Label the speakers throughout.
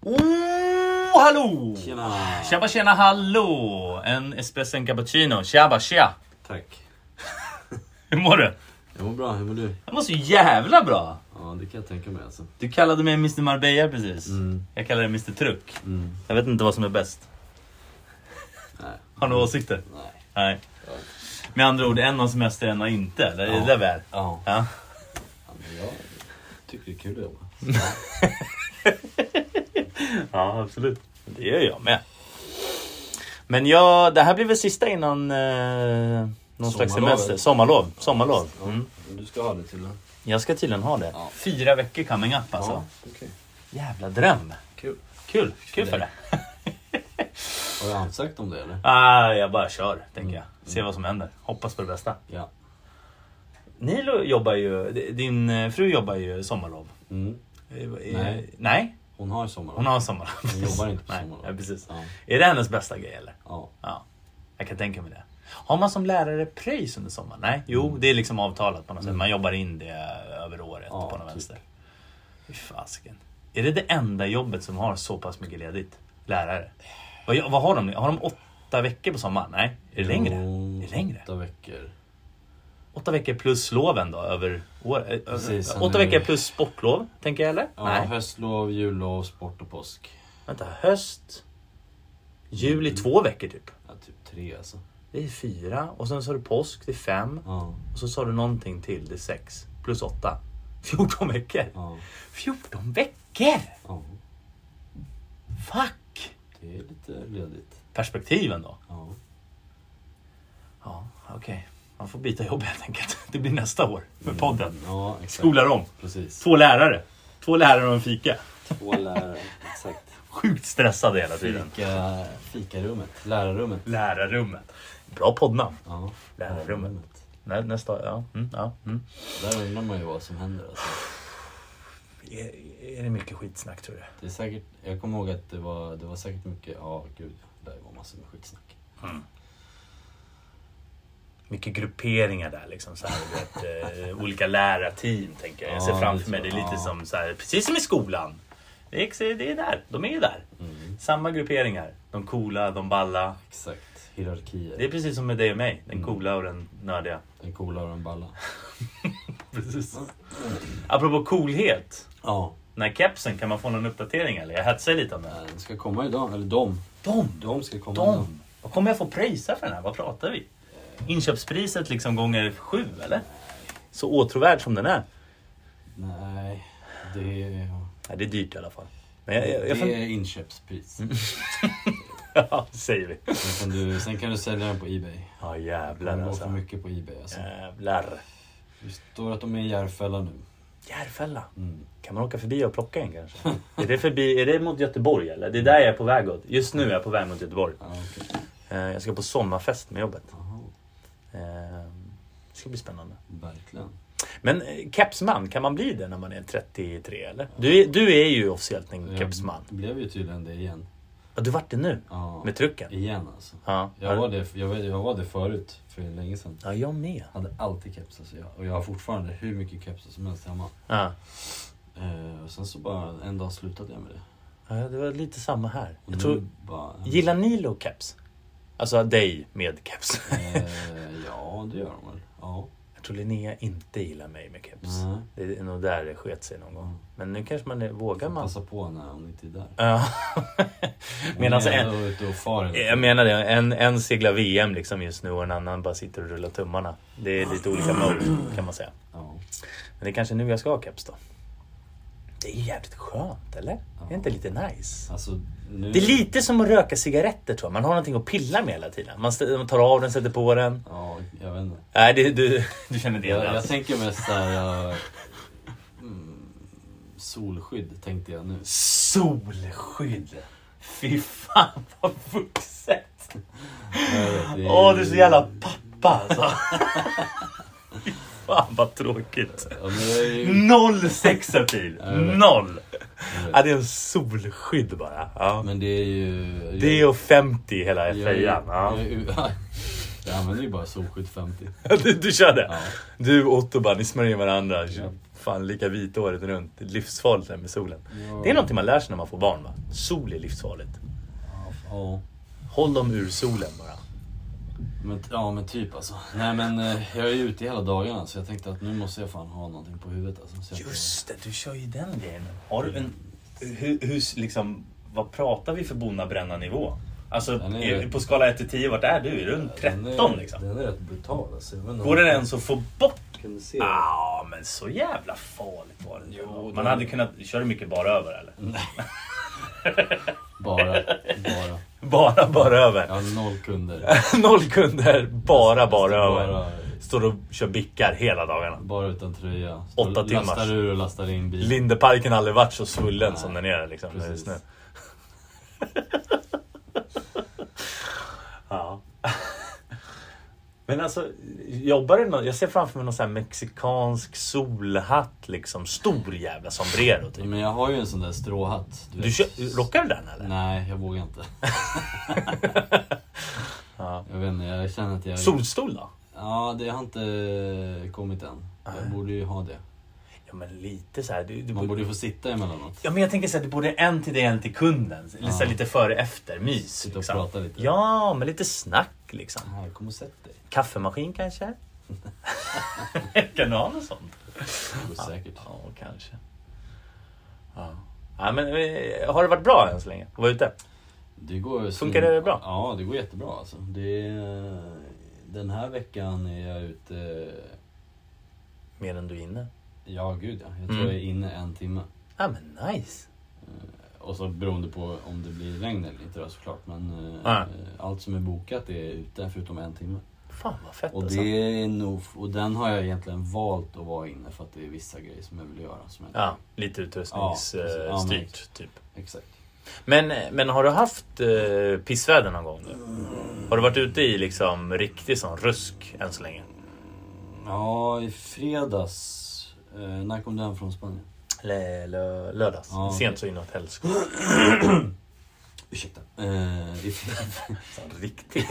Speaker 1: Oh, hallå!
Speaker 2: Tjena.
Speaker 1: Tjabba tjena hallå! En espresso, en cappuccino. Tjabba tja!
Speaker 2: Tack.
Speaker 1: Hur mår du?
Speaker 2: Jag mår bra, hur mår du?
Speaker 1: Jag mår så jävla bra!
Speaker 2: Ja, det kan jag tänka mig alltså.
Speaker 1: Du kallade mig Mr Marbella precis.
Speaker 2: Mm.
Speaker 1: Jag kallar dig Mr Truck.
Speaker 2: Mm.
Speaker 1: Jag vet inte vad som är bäst.
Speaker 2: Nej.
Speaker 1: Har du några åsikter?
Speaker 2: Nej.
Speaker 1: Nej. Med andra ord, en har semester, en har inte. Eller är det
Speaker 2: Ja.
Speaker 1: där vi är?
Speaker 2: Ja.
Speaker 1: Ja.
Speaker 2: men jag tycker det är kul att jobba.
Speaker 1: ja, absolut. Det gör jag med. Men jag, det här blir väl sista innan eh, någon slags
Speaker 2: Sommarlov,
Speaker 1: semester.
Speaker 2: eller?
Speaker 1: Sommarlov. Sommarlov.
Speaker 2: Ja.
Speaker 1: Mm.
Speaker 2: Men Du ska ha det till
Speaker 1: Jag ska tydligen ha det.
Speaker 2: Ja.
Speaker 1: Fyra veckor coming up alltså.
Speaker 2: Ja, okej.
Speaker 1: Jävla dröm.
Speaker 2: Kul.
Speaker 1: Kul. Kul för
Speaker 2: för
Speaker 1: det.
Speaker 2: dig. Har du ansökt om det eller?
Speaker 1: Ah, jag bara kör, tänker jag. Se vad som händer. Hoppas på det bästa.
Speaker 2: Ja.
Speaker 1: Nilo jobbar ju, d- din eh, fru jobbar ju sommarlov.
Speaker 2: Mm.
Speaker 1: Eh, eh,
Speaker 2: Nej.
Speaker 1: Nej,
Speaker 2: Hon har sommarlov.
Speaker 1: hon har sommarlov.
Speaker 2: Hon jobbar inte på
Speaker 1: Nej,
Speaker 2: sommarlov.
Speaker 1: Ja, precis.
Speaker 2: Ja.
Speaker 1: Är det hennes bästa grej eller?
Speaker 2: ja.
Speaker 1: Ja, jag kan tänka mig det. Har man som lärare pröjs under sommaren? Nej,
Speaker 2: Mm.
Speaker 1: jo det är liksom avtalat på något sätt. Man jobbar in det över året
Speaker 2: Ja,
Speaker 1: på något
Speaker 2: typ.
Speaker 1: vänster. Fy fasken. Är det det enda jobbet som har så pass mycket ledigt? Lärare? Vad, vad har de? Har de åtta veckor på sommaren? Nej, är det längre?
Speaker 2: Jo,
Speaker 1: Är det längre?
Speaker 2: Åtta veckor.
Speaker 1: Åtta veckor plus loven då över året?
Speaker 2: Precis, sen
Speaker 1: åtta
Speaker 2: är det-
Speaker 1: veckor plus sportlov, tänker jag eller?
Speaker 2: Ja,
Speaker 1: Nej,
Speaker 2: höstlov, jullov, sport och påsk.
Speaker 1: vänta. Höst, juli, två veckor typ.
Speaker 2: Ja, typ tre alltså.
Speaker 1: Det är fyra och sen så har du påsk, det är fem.
Speaker 2: Ja.
Speaker 1: Och så sa du någonting till, det är 6 plus 8. 14 veckor.
Speaker 2: Ja.
Speaker 1: 14 veckor!
Speaker 2: ja.
Speaker 1: Fuck!
Speaker 2: Det är lite ledigt.
Speaker 1: Perspektiven då.
Speaker 2: Ja.
Speaker 1: Ja, okej. Man får byta jobb helt enkelt. Det blir nästa år med podden.
Speaker 2: Ja, exakt.
Speaker 1: Skolar om.
Speaker 2: Precis.
Speaker 1: Två lärare. Två lärare och en fika.
Speaker 2: Två lärare. Exakt.
Speaker 1: Sjukt stressade hela tiden.
Speaker 2: Fika, fikarummet, lärarrummet.
Speaker 1: Lärarrummet. Bra poddnamn.
Speaker 2: Ja,
Speaker 1: Lärarrummet. Nä, nästa, ja. Mm, ja mm.
Speaker 2: Där undrar man ju vad som händer. Alltså.
Speaker 1: Är, är det mycket skitsnack tror du?
Speaker 2: Det är säkert, jag kommer ihåg att det var, det var säkert mycket, ja gud, det var massor med skitsnack.
Speaker 1: Mm. mycket grupperingar där. Liksom, så här, du vet, eh, olika lärarteam tänker jag. Jag ser
Speaker 2: Ja,
Speaker 1: framför
Speaker 2: lite
Speaker 1: mig det är
Speaker 2: så,
Speaker 1: lite
Speaker 2: ja.
Speaker 1: som så här, precis som i skolan. Det är, det är där, de är ju där.
Speaker 2: Mm.
Speaker 1: Samma grupperingar. De coola, de balla.
Speaker 2: Exakt, hierarkier.
Speaker 1: Det är precis som med dig och mig. Den coola och den nördiga.
Speaker 2: Den coola och den balla.
Speaker 1: Precis. Apropå coolhet.
Speaker 2: Ja,
Speaker 1: När kepsen, kan man få någon uppdatering eller? Jag hetsar lite om den.
Speaker 2: den Eh, ska komma idag, eller de.
Speaker 1: De, de,
Speaker 2: De ska komma idag.
Speaker 1: de! Mm. Vad kommer jag få pröjsa för den här? Vad pratar vi? Inköpspriset liksom gånger sju eller? Så åtråvärd som den är.
Speaker 2: Nej, det är,
Speaker 1: Ja, det är dyrt i alla fall. Men jag, jag, jag
Speaker 2: det
Speaker 1: fun- Mm.
Speaker 2: är inköpspris.
Speaker 1: ja, säger vi.
Speaker 2: Sen, kan du, sen kan du sälja den på Ebay.
Speaker 1: Ja,
Speaker 2: Den
Speaker 1: jävlar
Speaker 2: går för
Speaker 1: alltså.
Speaker 2: mycket på Ebay alltså.
Speaker 1: Jävlar.
Speaker 2: Det står att de är i Järfälla nu.
Speaker 1: Järfälla.
Speaker 2: Mm.
Speaker 1: Kan man åka förbi och plocka en kanske? är, det förbi, är det mot Göteborg eller? Det är där jag är på väg åt. Just nu är jag på väg mot Göteborg.
Speaker 2: Ja, okej.
Speaker 1: Eh, Jag ska på sommarfest med jobbet.
Speaker 2: Jaha,
Speaker 1: Eh, Det ska bli spännande.
Speaker 2: verkligen.
Speaker 1: Men eh, kepsman, kan man bli det när man är 33 eller? Du är, du är ju officiellt en kepsman.
Speaker 2: Jag blev ju tydligen det igen.
Speaker 1: Ja, du vart det nu.
Speaker 2: Ja.
Speaker 1: Med trucken.
Speaker 2: Igen alltså.
Speaker 1: Ja,
Speaker 2: Jag var, det, jag, vet- jag var det förut, för länge sedan.
Speaker 1: ja jag med.
Speaker 2: Jag hade alltid keps alltså. jag, och jag har fortfarande hur mycket kepsar som helst hemma.
Speaker 1: Ja.
Speaker 2: Eh, och sen så bara en dag slutade jag med det.
Speaker 1: Ja, det var lite samma här.
Speaker 2: Och
Speaker 1: Jag
Speaker 2: nu
Speaker 1: tror,
Speaker 2: bara,
Speaker 1: Gillar Nilo keps? Alltså dig med keps.
Speaker 2: Eh, ja, det gör de väl. Ja.
Speaker 1: Jag tror Linnea inte gillar mig med keps.
Speaker 2: Nej.
Speaker 1: Det är nog där det sket sig någon gång. Men nu kanske man är, vågar man.
Speaker 2: Passa på när hon inte är där.
Speaker 1: Ja. Medan
Speaker 2: Hon är
Speaker 1: en,
Speaker 2: ändå ute och far. hela
Speaker 1: jag
Speaker 2: tiden.
Speaker 1: menar det, en, en seglar VM liksom just nu och en annan bara sitter och rullar tummarna. Det är lite olika mode kan man säga.
Speaker 2: Ja.
Speaker 1: Men det är kanske nu jag ska ha keps då. Det är jävligt skönt eller? Är det inte lite nice?
Speaker 2: Alltså, nu...
Speaker 1: Det är lite som att röka cigaretter tror jag. Man har någonting att pilla med hela tiden. Man st- man tar av den, sätter på den.
Speaker 2: Ja, jag vet inte.
Speaker 1: Nej, det, du, du känner det
Speaker 2: Jag, jag
Speaker 1: alltså.
Speaker 2: tänker mest såhär... Uh, mm, solskydd tänkte jag nu.
Speaker 1: Solskydd! Fy fan vad vuxet!
Speaker 2: Jag vet, det
Speaker 1: Åh, du är så jävla pappa alltså! Fy fan vad tråkigt!
Speaker 2: Ja, men jag är ju...
Speaker 1: Noll sexapil! Noll!
Speaker 2: vet.
Speaker 1: Ja, det är en solskydd bara. Ja.
Speaker 2: Men det är ju...
Speaker 1: Det är och 50 hela
Speaker 2: jag- jag-
Speaker 1: fejan. Ja.
Speaker 2: jag- jag- Jag använder ju bara solskydd 50.
Speaker 1: Du, du kör det?
Speaker 2: Ja.
Speaker 1: Du och Otto bara, ni smörjer varandra.
Speaker 2: Ja.
Speaker 1: Fan lika vita året runt. Det är livsfarligt det här med solen.
Speaker 2: Ja.
Speaker 1: Det är någonting man lär sig när man får barn va? Sol är livsfarligt.
Speaker 2: Ja,
Speaker 1: Håll dem ur solen bara.
Speaker 2: men, ja, men typ alltså. Nej men eh, jag är ju ute hela dagarna så jag tänkte att nu måste jag fan ha någonting på huvudet alltså. Så jag får-
Speaker 1: Just det, du kör ju den grejen. Har du en... Hur, hur liksom... Vad pratar vi för bonnabränna-nivå? Alltså
Speaker 2: Den är-
Speaker 1: är, på skala 1 till 10, vart är du? Är du runt 13
Speaker 2: Den är,
Speaker 1: liksom?
Speaker 2: Den är rätt brutal alltså. Jag vet inte
Speaker 1: Går
Speaker 2: om-
Speaker 1: den ens att få bort?
Speaker 2: Kan du se?
Speaker 1: Ja, ah, men så jävla farligt var det inte.
Speaker 2: Jo,
Speaker 1: Man
Speaker 2: det-
Speaker 1: hade kunnat... Kör du mycket bara över eller?
Speaker 2: Bara, bara.
Speaker 1: Bara bara över.
Speaker 2: Jag har noll kunder.
Speaker 1: Noll kunder, bara bara över.
Speaker 2: Bara,
Speaker 1: Står och kör bickar hela dagarna.
Speaker 2: bara utan tröja.
Speaker 1: Åtta timmars.
Speaker 2: Lastar ur och lastar in bil.
Speaker 1: Lindeparken har aldrig varit så svullen
Speaker 2: Nej,
Speaker 1: som den är liksom
Speaker 2: precis.
Speaker 1: just nu. ja. Men alltså, jobbar du någon, Jag ser framför mig någon sån här mexikansk solhatt liksom. Stor jävla sombrero
Speaker 2: Ja,
Speaker 1: typ.
Speaker 2: Men jag har ju en sån där stråhatt.
Speaker 1: Du kör, rockar du den eller?
Speaker 2: Nej, jag vågar inte.
Speaker 1: Ja.
Speaker 2: Jag vet inte, jag känner att jag...
Speaker 1: Solstol då?
Speaker 2: Ja, det har inte kommit än. Jag
Speaker 1: Nej.
Speaker 2: borde ju ha det.
Speaker 1: Ja men lite så här. Du, du
Speaker 2: Man
Speaker 1: borde...
Speaker 2: borde ju få sitta emellanåt.
Speaker 1: Ja men jag tänker såhär, du borde en till dig en till kunden. Lite, så här
Speaker 2: Ja.
Speaker 1: lite före efter, mys.
Speaker 2: Sitta och
Speaker 1: liksom.
Speaker 2: prata lite.
Speaker 1: Ja, men lite snack liksom.
Speaker 2: Här, kom och sätt dig.
Speaker 1: Kaffemaskin kanske? kan du ha något sånt?
Speaker 2: Det går säkert.
Speaker 1: Ja, kanske. Ja. Ja, men, eh, har det varit bra än så länge? Att vara ute?
Speaker 2: Det går ju
Speaker 1: Funkar
Speaker 2: svin-
Speaker 1: det bra?
Speaker 2: Ja, det går jättebra alltså. Det är... Den här veckan är jag ute...
Speaker 1: Mer än du är inne?
Speaker 2: Ja, gud ja. Jag tror
Speaker 1: Mm.
Speaker 2: jag är inne en timme.
Speaker 1: Ja, men nice.
Speaker 2: Och så beroende på om det blir regn eller inte då såklart. Men eh,
Speaker 1: Ja.
Speaker 2: allt som är bokat är ute förutom en timme.
Speaker 1: Fan vad fett
Speaker 2: Och,
Speaker 1: alltså.
Speaker 2: det är nog, och den har jag egentligen valt att vara inne för att det är vissa grejer som jag vill göra. Som jag,
Speaker 1: Ja, lite
Speaker 2: Ja, precis. Ja, men-
Speaker 1: utrustningsstyrt typ.
Speaker 2: Exakt.
Speaker 1: Men, men har du haft eh, pissväder någon gång nu?
Speaker 2: Mm.
Speaker 1: Har du varit ute i liksom riktig sån rusk än så länge?
Speaker 2: Ja, i fredags. Eh, när kom den från Spanien?
Speaker 1: Lö, lö, lördags.
Speaker 2: Ja, okej.
Speaker 1: Sent så inåt helskotta.
Speaker 2: Ursäkta. Eh, i, fre-
Speaker 1: Riktig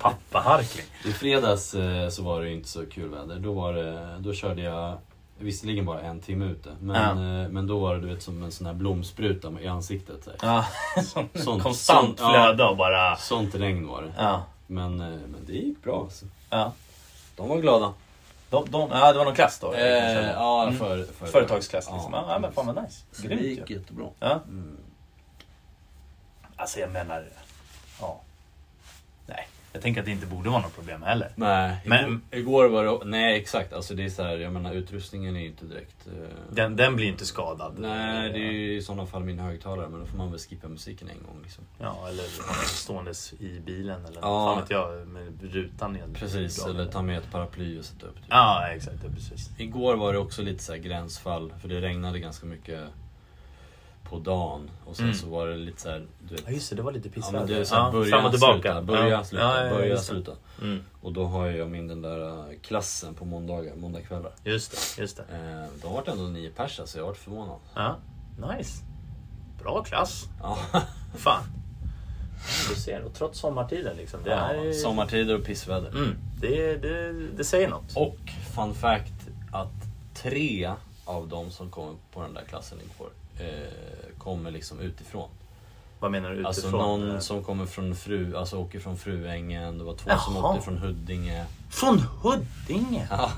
Speaker 1: pappaharkling.
Speaker 2: I fredags eh, så var det ju inte så kul väder. Då, var det, då körde jag visserligen bara en timme ute. Men, eh, men då var det du vet, som en sån här blomspruta i ansiktet. Så här.
Speaker 1: Ja,
Speaker 2: Sånt-
Speaker 1: konstant
Speaker 2: sånt- ja.
Speaker 1: flöde och bara...
Speaker 2: Sånt regn var det.
Speaker 1: Ja.
Speaker 2: Men, eh, men det gick bra alltså.
Speaker 1: Ja.
Speaker 2: De var glada.
Speaker 1: De, de, ja, det var någon klass då?
Speaker 2: Eh, ja,
Speaker 1: Mm.
Speaker 2: för, för,
Speaker 1: Företagsklass liksom. Ja, men fan vad nice.
Speaker 2: Det
Speaker 1: Grymt
Speaker 2: gick
Speaker 1: ju.
Speaker 2: jättebra.
Speaker 1: Ja.
Speaker 2: Mm.
Speaker 1: Alltså jag menar... Ja. Nej, jag tänker att det inte borde vara något problem heller.
Speaker 2: Nej,
Speaker 1: Men-
Speaker 2: igår, igår var det... Nej exakt, alltså det är så här, jag menar utrustningen är ju inte direkt... eh,
Speaker 1: Den, den blir inte skadad.
Speaker 2: Nej, det är ju i sådana fall min högtalare men då får man väl skippa musiken en gång liksom.
Speaker 1: Ja, eller ståendes i bilen eller
Speaker 2: Ja.
Speaker 1: fan vet jag, med rutan ned.
Speaker 2: Precis, eller ta med ett paraply och sätta upp. Typ.
Speaker 1: Ja, exakt. Ja, precis.
Speaker 2: Igår var det också lite så här gränsfall för det regnade ganska mycket på dagen och sen
Speaker 1: Mm.
Speaker 2: så var det lite så här, du vet...
Speaker 1: Ja, just det. Det var lite
Speaker 2: Ja,
Speaker 1: pissväder.
Speaker 2: men det är så här, börja,
Speaker 1: fram och tillbaka.
Speaker 2: sluta, börja,
Speaker 1: ja.
Speaker 2: sluta,
Speaker 1: ja, ja, ja,
Speaker 2: börja,
Speaker 1: just det.
Speaker 2: sluta.
Speaker 1: Mm.
Speaker 2: Och då har jag min den där eh, klassen på måndagar, måndagkvällar.
Speaker 1: Just det, just det.
Speaker 2: Eh, de har varit ändå nio pers så jag har varit förvånad.
Speaker 1: Ja, nice. Bra klass.
Speaker 2: Ja.
Speaker 1: Fan. Ja, Du ser, och trots sommartiden liksom. Det, är...
Speaker 2: Ja, sommartider och pissväder.
Speaker 1: mm, det, det, det säger något.
Speaker 2: Och fun fact att tre av de som kom på den där klassen igår eh, kommer liksom utifrån.
Speaker 1: Vad menar du utifrån? Eh,
Speaker 2: Alltså någon som kommer från fru, alltså åker från Fruängen, det var två som
Speaker 1: Jaha.
Speaker 2: åkte från Huddinge.
Speaker 1: Från Huddinge?
Speaker 2: Ja,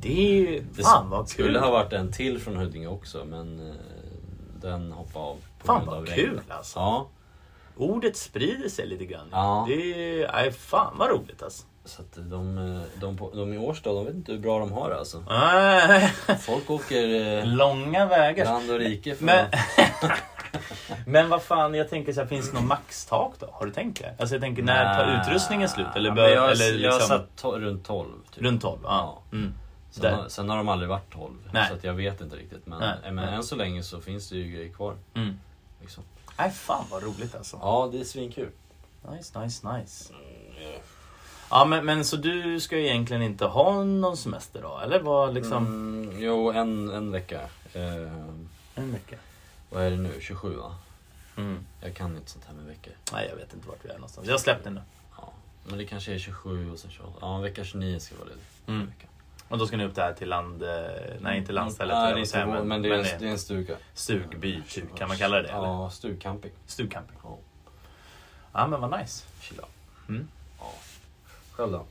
Speaker 1: Det är ju...
Speaker 2: det
Speaker 1: Fan vad kul.
Speaker 2: skulle ha varit en till från Huddinge också men eh, den hoppade av på
Speaker 1: Fan
Speaker 2: grund av
Speaker 1: vad
Speaker 2: regn.
Speaker 1: kul alltså.
Speaker 2: Ja,
Speaker 1: Ordet sprider sig lite grann.
Speaker 2: Ja.
Speaker 1: Det är... Nej, fan vad roligt alltså.
Speaker 2: så att de, eh, de, på, de i Årsta, de vet inte hur bra de har det alltså.
Speaker 1: Nej.
Speaker 2: Folk åker eh,
Speaker 1: Långa vägar.
Speaker 2: land och rike för
Speaker 1: Men,
Speaker 2: att...
Speaker 1: men vad fan, jag tänker så här, finns det något maxtak då? Har du tänkt det? Alltså jag tänker, när tar
Speaker 2: Nej.
Speaker 1: utrustningen slut? Eller,
Speaker 2: Ja,
Speaker 1: bör,
Speaker 2: men jag,
Speaker 1: eller
Speaker 2: jag
Speaker 1: liksom,
Speaker 2: satt to- runt 12. Typ.
Speaker 1: runt 12? Ja. Mm.
Speaker 2: Sen,
Speaker 1: Där.
Speaker 2: har, sen har de aldrig varit 12,
Speaker 1: Nej.
Speaker 2: så att jag vet inte riktigt. Men,
Speaker 1: Nej,
Speaker 2: men
Speaker 1: nej.
Speaker 2: än så länge så finns det ju grejer kvar.
Speaker 1: Mm.
Speaker 2: Liksom.
Speaker 1: Nej, fan vad roligt alltså.
Speaker 2: Ja, det är svinkul.
Speaker 1: Nice, nice, nice. Ja, men, men så du ska ju egentligen inte ha någon semester då? Eller vad liksom?
Speaker 2: Mm, jo, en, en vecka. Eh,
Speaker 1: En vecka.
Speaker 2: vad är det nu? 27 va?
Speaker 1: Mm.
Speaker 2: Jag kan inte sånt här med veckor.
Speaker 1: Nej, jag vet inte vart vi är någonstans. Jag har släppt den nu.
Speaker 2: Ja. Men det kanske är 27 och sen 28. Ja, en vecka 29 ska vara ledig.
Speaker 1: Mm.
Speaker 2: En vecka.
Speaker 1: Och då ska ni upp där till land... eh, Nej, inte landstället.
Speaker 2: Nej,
Speaker 1: höll jag
Speaker 2: det är
Speaker 1: på att säga,
Speaker 2: inte vår- men det är, en, det är en stuga.
Speaker 1: stugby, typ. Kan man kalla det det? eller?
Speaker 2: Ja, stugcamping.
Speaker 1: Stugcamping.
Speaker 2: Ja.
Speaker 1: Ja, men vad nice.
Speaker 2: Chilla.
Speaker 1: Mm.
Speaker 2: Ja. Själv då?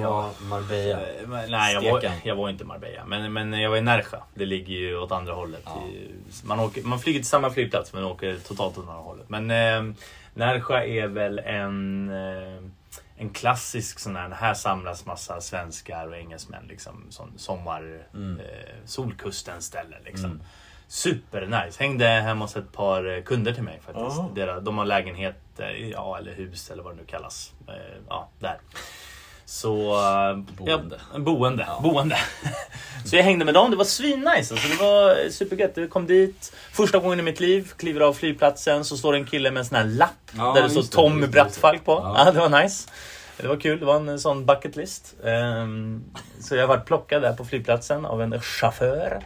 Speaker 1: Ja.
Speaker 2: Marbella.
Speaker 1: Eh, men- Nej, jag var,
Speaker 2: Steken.
Speaker 1: jag var inte i Marbella. Men, men jag var i Nerja. Det ligger ju åt andra hållet.
Speaker 2: Ja.
Speaker 1: I- Man, åker, man flyger till samma flygplats men åker totalt åt andra hållet. Men eh, Nerja är väl en, eh, en klassisk sån här. Här samlas massa svenskar och engelsmän. Liksom, sån sommar,
Speaker 2: Mm.
Speaker 1: eh, solkusten ställe liksom.
Speaker 2: Mm.
Speaker 1: Supernice! Hängde hemma hos ett par eh, kunder till mig faktiskt.
Speaker 2: Jaha.
Speaker 1: Deras, de har lägenhet, eh, ja, eller hus eller vad det nu kallas. Eh, Ja, där. Så... eh,
Speaker 2: Boende.
Speaker 1: Ja, boende.
Speaker 2: Ja.
Speaker 1: boende. Så jag hängde med dem, det var svinnice. Alltså, det var supergött. Jag kom dit, första gången i mitt liv, kliver av flygplatsen så står det en kille med en sån här lapp
Speaker 2: Ja,
Speaker 1: där det står
Speaker 2: just det, just
Speaker 1: Tommy
Speaker 2: det,
Speaker 1: Brattfalk på.
Speaker 2: just det.
Speaker 1: Ja. det var nice. Det var kul, det var en eh, sån bucket list. Ehm, så jag vart plockad där på flygplatsen av en chaufför.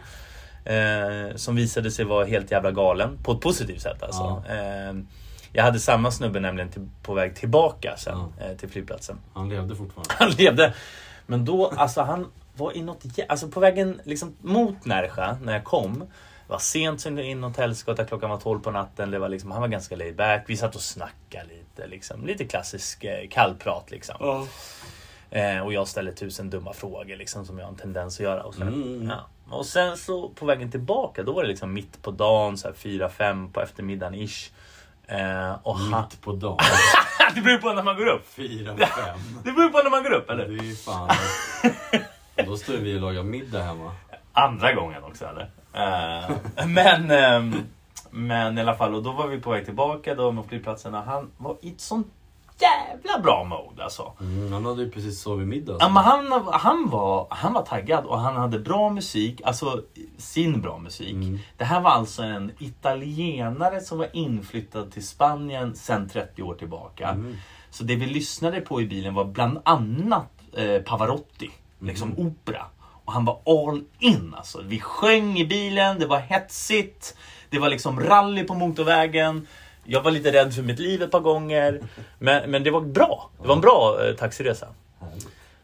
Speaker 1: Eh, som visade sig vara helt jävla galen. På ett positivt sätt alltså. Ehm, jag hade samma snubbe nämligen till, på väg tillbaka sen eh, till flygplatsen.
Speaker 2: Han levde fortfarande.
Speaker 1: Han levde. Men då, alltså han var i något jä- Alltså på vägen liksom mot Närsjö när jag kom. Det var sent så in åt helskotta, klockan var 12 på natten. Det var liksom, han var ganska laid back. Vi satt och snackade lite. Liksom, lite klassisk eh, kallprat liksom. Eh, och jag ställer tusen dumma frågor liksom, som jag har en tendens att göra. Och, så.
Speaker 2: Mm.
Speaker 1: Ja. och sen så på vägen tillbaka, då var det liksom mitt på dagen, så här fyra fem på eftermiddagen ish. Eh, och han...
Speaker 2: Mitt på dagen.
Speaker 1: det beror på när man går upp!
Speaker 2: Fyra, fem.
Speaker 1: Det beror på när man går upp
Speaker 2: Det
Speaker 1: eller?
Speaker 2: är ju fan... Då står vi och lagar middag hemma.
Speaker 1: Andra gången också eller? Eh, men, ehm, men i alla fall, och då var vi på väg tillbaka då med flygplatsen och han var i ett sånt jävla bra mode alltså.
Speaker 2: Mm, han hade ju precis sovit middag.
Speaker 1: Ja, men han, han, var, han var taggad och han hade bra musik, alltså sin bra musik.
Speaker 2: Mm.
Speaker 1: Det här var alltså en italienare som var inflyttad till Spanien sedan 30 år tillbaka.
Speaker 2: Mm.
Speaker 1: Så det vi lyssnade på i bilen var bland annat eh, Pavarotti,
Speaker 2: Mm.
Speaker 1: liksom opera. Och han var all in alltså. Vi sjöng i bilen, det var hetsigt, det var liksom rally på motorvägen. Jag var lite rädd för mitt liv ett par gånger. Men, men det var bra. Det var en bra eh, taxiresa.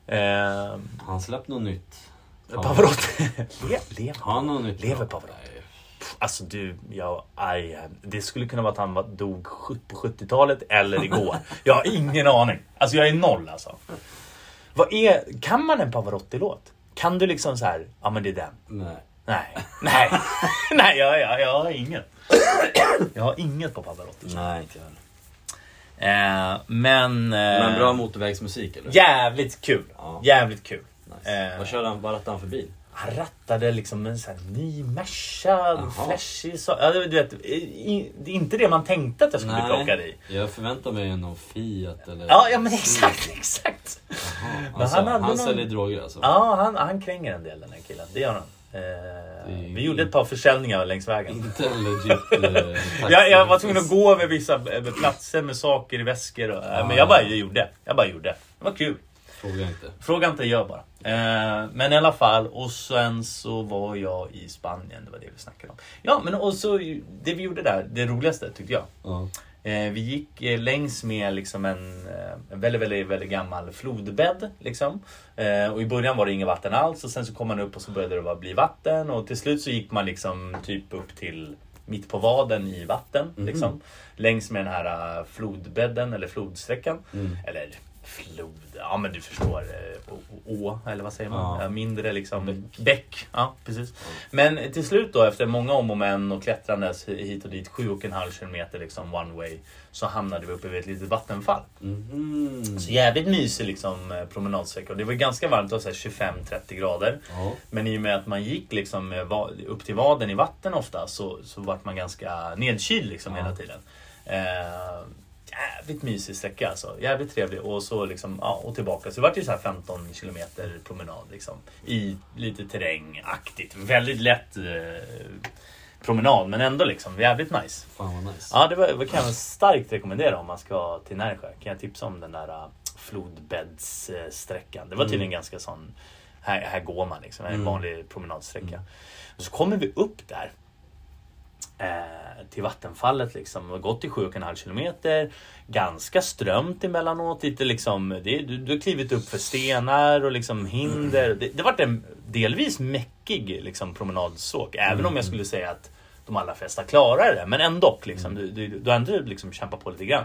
Speaker 1: Eh,
Speaker 2: Han släppte något nytt.
Speaker 1: Pavarotti. Le- Lever
Speaker 2: Har han något nytt?
Speaker 1: Lever Pavarotti?
Speaker 2: Nej.
Speaker 1: Alltså du, jag, aj, det skulle kunna vara att han var- dog sju- på 70-talet eller igår. Jag har ingen aning. Alltså jag är noll alltså. Vad är, kan man en Pavarotti-låt? Kan du liksom så här, ja men det är den.
Speaker 2: Nej.
Speaker 1: Nej, nej, nej jag, jag, jag har inget. Jag har inget på Pavarotti.
Speaker 2: Nej, inte jag heller.
Speaker 1: Eh, men... eh,
Speaker 2: Men bra motorvägsmusik eller?
Speaker 1: Jävligt kul.
Speaker 2: Ja.
Speaker 1: Jävligt kul.
Speaker 2: Nice.
Speaker 1: Eh,
Speaker 2: Vad körde han? Vad rattade han för bil?
Speaker 1: Han rattade liksom en sån här ny Merca,
Speaker 2: Jaha.
Speaker 1: flashig så, ja, du vet, i- det är inte det man tänkte att jag skulle bli plockad i.
Speaker 2: Jag förväntar mig någon Fiat eller...
Speaker 1: Ja, ja men exakt, exakt.
Speaker 2: Mm. Jaha,
Speaker 1: Men
Speaker 2: Alltså,
Speaker 1: han
Speaker 2: han
Speaker 1: hade någon-
Speaker 2: säljer droger alltså?
Speaker 1: Ja, han, han kränger en del den här killen, det gör han. Eh,
Speaker 2: är ju-
Speaker 1: vi gjorde ett par försäljningar längs vägen.
Speaker 2: Inte en legit eh, taxi.
Speaker 1: Jag, jag var tvungen att gå över vissa eh, platser med saker i väskor. Och,
Speaker 2: Ah.
Speaker 1: eh, men jag bara gjorde. Jag bara gjorde. Det var kul.
Speaker 2: Fråga inte.
Speaker 1: Fråga inte, gör bara. Eh, men i alla fall, och sen så var jag i Spanien, det var det vi snackade om. Ja, men och så det vi gjorde där, det roligaste tyckte jag.
Speaker 2: Ja.
Speaker 1: Eh, vi gick eh, längs med liksom en, eh, en väldigt, väldigt, väldigt gammal flodbädd. Liksom. Eh, och i början var det inget vatten alls och sen så kom man upp och så började det bara bli vatten och till slut så gick man liksom typ upp till mitt på vaden i vatten. Liksom, längs med den här eh, flodbädden eller flodsträckan.
Speaker 2: Mm.
Speaker 1: Eller flod, ja men du förstår. eh, å- Å, eller vad säger man?
Speaker 2: Ja.
Speaker 1: Ja, mindre liksom bäck. Ja, precis. Men till slut då efter många om och men och klättrandes hit och dit, sju och en halv kilometer liksom one way, så hamnade vi uppe vid ett litet vattenfall.
Speaker 2: Mhm.
Speaker 1: Så jävligt mysig liksom eh, promenadsträcka och det var ganska varmt, det var så här 25-30 grader.
Speaker 2: Ja.
Speaker 1: Men i och med att man gick liksom eh, va- upp till vaden i vatten ofta så, så vart man ganska nedkyld liksom
Speaker 2: Ja.
Speaker 1: hela tiden. Eh, jävligt mysig sträcka alltså. Jävligt trevlig och så liksom, ja, och tillbaka. Så det vart ju så här 15 kilometer promenad liksom. I lite terrängaktigt. Väldigt lätt eh, promenad men ändå liksom jävligt nice.
Speaker 2: Fan vad nice.
Speaker 1: Ja, det, var, det kan jag starkt rekommendera om man ska till Närsjö. Kan jag tipsa om den där äh, flodbäddssträckan. Det var tydligen ganska sån... Här, här går man liksom. Det är En vanlig promenadsträcka. Och så kommer vi upp där. eh, till vattenfallet liksom. Och gått i 7,5 kilometer. Ganska strömt emellanåt. Lite liksom, det, du, du har klivit upp för stenar och liksom hinder. Det, det vart en delvis mäckig liksom, promenadsåk. Även om jag skulle säga att de allra flesta klarar det. Men ändå. Liksom, du, du, du har ändå liksom kämpat på lite grann.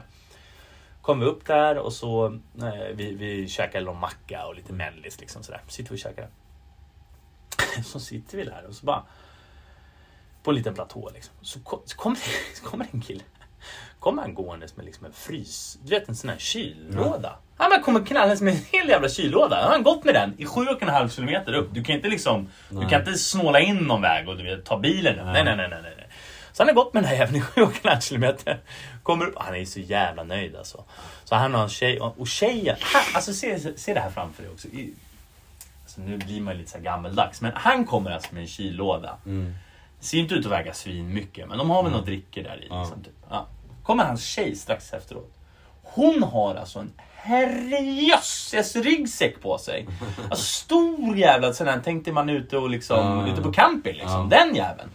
Speaker 1: Kom vi upp där och så eh, vi, vi käkade någon macka och lite mellis. Liksom, sådär. Sitter vi och käkar. så sitter vi där och så bara på en liten platå. Liksom. Så, kom, så, kommer, så kommer en kille. Kommer han gåendes med liksom en frys... Du vet en sån här kyllåda. Han bara kommer knallandes med en hel jävla kyllåda. Han har gått med den i sju och en halv kilometer upp. Du kan inte liksom... Du kan inte snåla in någon väg och du vet, ta bilen. Nej, nej, nej, nej, nej. nej. Så han har gått med den här jäveln i sju och en halv kilometer. Kommer upp. Han är ju så jävla nöjd alltså. Så han har en tjej. Och och tjejen... Han, alltså se, se det här framför dig också. I, alltså, nu blir man ju lite så här gammeldags. Men han kommer alltså med en kyllåda.
Speaker 2: Mm.
Speaker 1: Ser inte ut att väga svin mycket men de har väl något dricker där i. Liksom, typ. ja. Kommer hans tjej strax efteråt. Hon har alltså en herrejösses ryggsäck på sig. Alltså stor jävla sån här, tänkte man ute och liksom,
Speaker 2: Ja.
Speaker 1: ute på camping liksom. Den jäveln.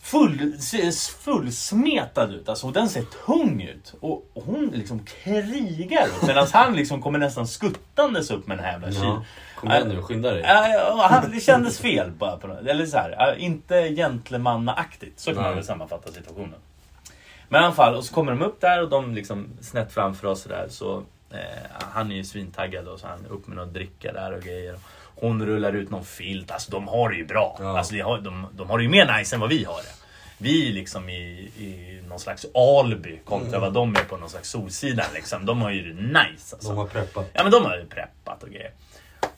Speaker 1: Full, ser fullsmetad ut, alltså och den ser tung ut. Och, och hon liksom krigar upp medan han liksom kommer nästan skuttandes upp med den här jävla kyl.
Speaker 2: Ja. Kom igen nu, skynda dig.
Speaker 1: Ja, ja, han, det kändes fel bara. På, något- eller så här, ja, inte gentlemannaaktigt. Så kan man
Speaker 2: Nej.
Speaker 1: väl sammanfatta situationen. Men i alla fall, och så kommer de upp där och de liksom snett framför oss sådär. Så, eh, han är ju svintaggad och så han upp med något dricka där och grejer. Hon rullar ut någon filt. Alltså de har det ju bra.
Speaker 2: Ja.
Speaker 1: Alltså, de, har, de, de har det ju mer nice än vad vi har det. Vi är liksom i, i någon slags Alby kontra
Speaker 2: Mm.
Speaker 1: vad de är på någon slags Solsidan. Liksom. De har ju det nice. Alltså.
Speaker 2: De har preppat.
Speaker 1: Ja men de har ju preppat och grejer.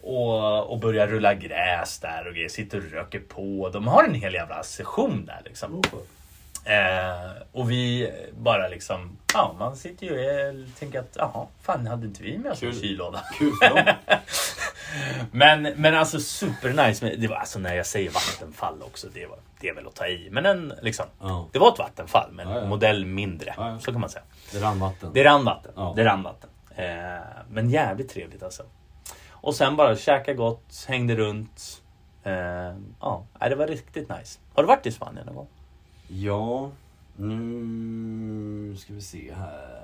Speaker 1: Och, och börjar rulla gräs där och grejer. Sitter och röker på. De har en hel jävla session där liksom.
Speaker 2: Oh,
Speaker 1: Eh, och vi bara liksom, ja man sitter ju och tänker att jaha, fan hade inte vi med oss en
Speaker 2: Kul.
Speaker 1: kyllåda?
Speaker 2: Kul för dem.
Speaker 1: Men, men alltså supernice. Men det var, alltså när jag säger vattenfall också, det, var, det är väl att ta i. Men en, liksom,
Speaker 2: Ja.
Speaker 1: det var ett vattenfall men
Speaker 2: Ja, ja.
Speaker 1: modell mindre.
Speaker 2: Ja, ja.
Speaker 1: Så kan man säga.
Speaker 2: Det rann vatten.
Speaker 1: Det rann vatten.
Speaker 2: Ja.
Speaker 1: Det rann vatten. Eh, men jävligt trevligt alltså. Och sen bara käka gott, hängde runt. Eh, ja, Nej, det var riktigt nice. Har du varit i Spanien någon gång?
Speaker 2: Ja, nu ska vi se här.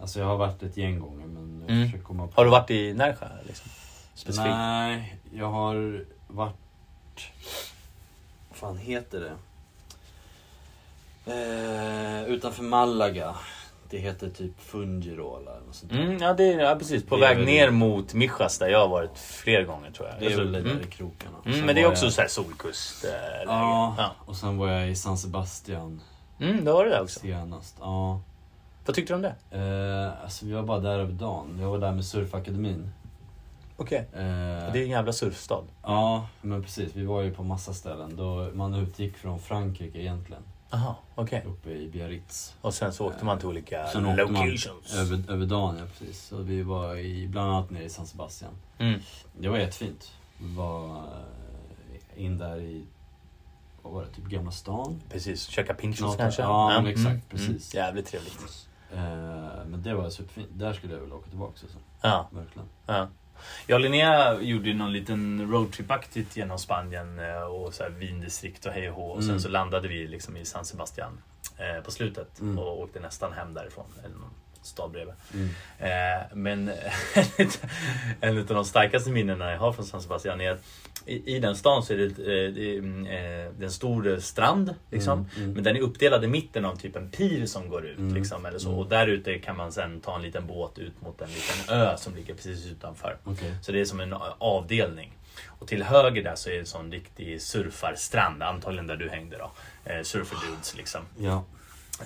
Speaker 2: Alltså jag har varit ett gäng gånger men jag
Speaker 1: Mm.
Speaker 2: försöker komma på...
Speaker 1: Har du varit i Nerja? Liksom? Specifikt?
Speaker 2: Nej, jag har varit... Vad fan heter det? Eh, utanför Malaga. Det heter typ Fungirola eller något sånt där.
Speaker 1: Mm, ja, det är, ja, precis. På
Speaker 2: Det är
Speaker 1: väg
Speaker 2: väl-
Speaker 1: ner mot Mijas där jag har varit fler gånger tror jag.
Speaker 2: Det är
Speaker 1: Alltså,
Speaker 2: väl det där
Speaker 1: mm.
Speaker 2: i krokarna.
Speaker 1: Mm,
Speaker 2: Sen
Speaker 1: men det är
Speaker 2: var
Speaker 1: också
Speaker 2: jag...
Speaker 1: så här solkust. eh, läge.
Speaker 2: Ja,
Speaker 1: Ja.
Speaker 2: och sen var jag i San Sebastian
Speaker 1: Mm, det var det där också.
Speaker 2: senast. Ja.
Speaker 1: Vad tyckte du om det?
Speaker 2: Eh, alltså vi var bara där över dagen. Jag var där med Surfakademin.
Speaker 1: Okej.
Speaker 2: Eh,
Speaker 1: Det är en jävla surfstad.
Speaker 2: Ja, men precis. Vi var ju på massa ställen. Då man utgick från Frankrike egentligen,
Speaker 1: Aha, okej.
Speaker 2: uppe i Biarritz.
Speaker 1: Och sen så åkte man till olika
Speaker 2: Sen åkte man
Speaker 1: locations.
Speaker 2: över, över dagen, ja precis. Så vi var i, bland annat nere i San Sebastian.
Speaker 1: Mm.
Speaker 2: Det var jättefint. Vi var eh, in där i, vad var det, typ Gamla stan?
Speaker 1: Precis, köka pinchos
Speaker 2: Knata.
Speaker 1: kanske?
Speaker 2: Ja, men exakt, precis.
Speaker 1: Mm. Jävligt trevligt.
Speaker 2: Eh, men det var superfint. Där skulle jag vilja åka tillbaka också,
Speaker 1: Ja,
Speaker 2: verkligen.
Speaker 1: ja. Jag och Linnea gjorde ju någon liten roadtrip-aktigt genom Spanien eh, och så här vindistrikt och hej och hå. Och sen
Speaker 2: Mm.
Speaker 1: så landade vi liksom i San Sebastian eh, på slutet
Speaker 2: Mm.
Speaker 1: och åkte nästan hem därifrån. Eller någon stad bredvid.
Speaker 2: Mm.
Speaker 1: Eh, men en av de starkaste minnena jag har från San Sebastian är att i, i den stan så är det, ett, eh, det, är, mm, eh, det är en stor eh, strand. Liksom.
Speaker 2: Mm, mm.
Speaker 1: Men den är uppdelad i mitten av typ en pir som går ut.
Speaker 2: Mm,
Speaker 1: Liksom, eller så.
Speaker 2: mm.
Speaker 1: Och där ute kan man sen ta en liten båt ut mot en liten ö som ligger precis utanför.
Speaker 2: Okej.
Speaker 1: Så det är som en a- avdelning. Och till höger där så är det en sån riktig surfarstrand, antagligen där du hängde då. Eh, surferdudes liksom.
Speaker 2: Ja.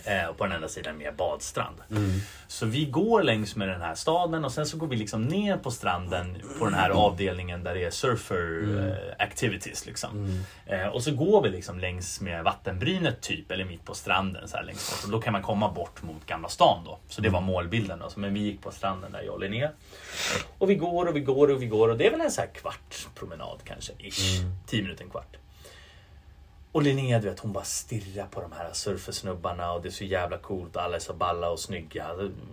Speaker 1: Eh, och på den andra sidan mer badstrand.
Speaker 2: Mm.
Speaker 1: Så vi går längs med den här staden och sen så går vi liksom ner på stranden på den här
Speaker 2: Mm.
Speaker 1: avdelningen där det är surfer eh, activities liksom.
Speaker 2: Mm.
Speaker 1: Eh, och så går vi liksom längs med vattenbrynet typ, eller mitt på stranden så här längst bort. Och då kan man komma bort mot Gamla stan då. Så det var målbilden då. Så, men vi gick på stranden där jag och Linnea. Och vi går och vi går och vi går och det är väl en så här kvart promenad kanske, ish. Tio minuter, en kvart. Och Linnea du vet hon bara stirrar på de här surfersnubbarna och det är så jävla coolt och alla är så balla och snygga.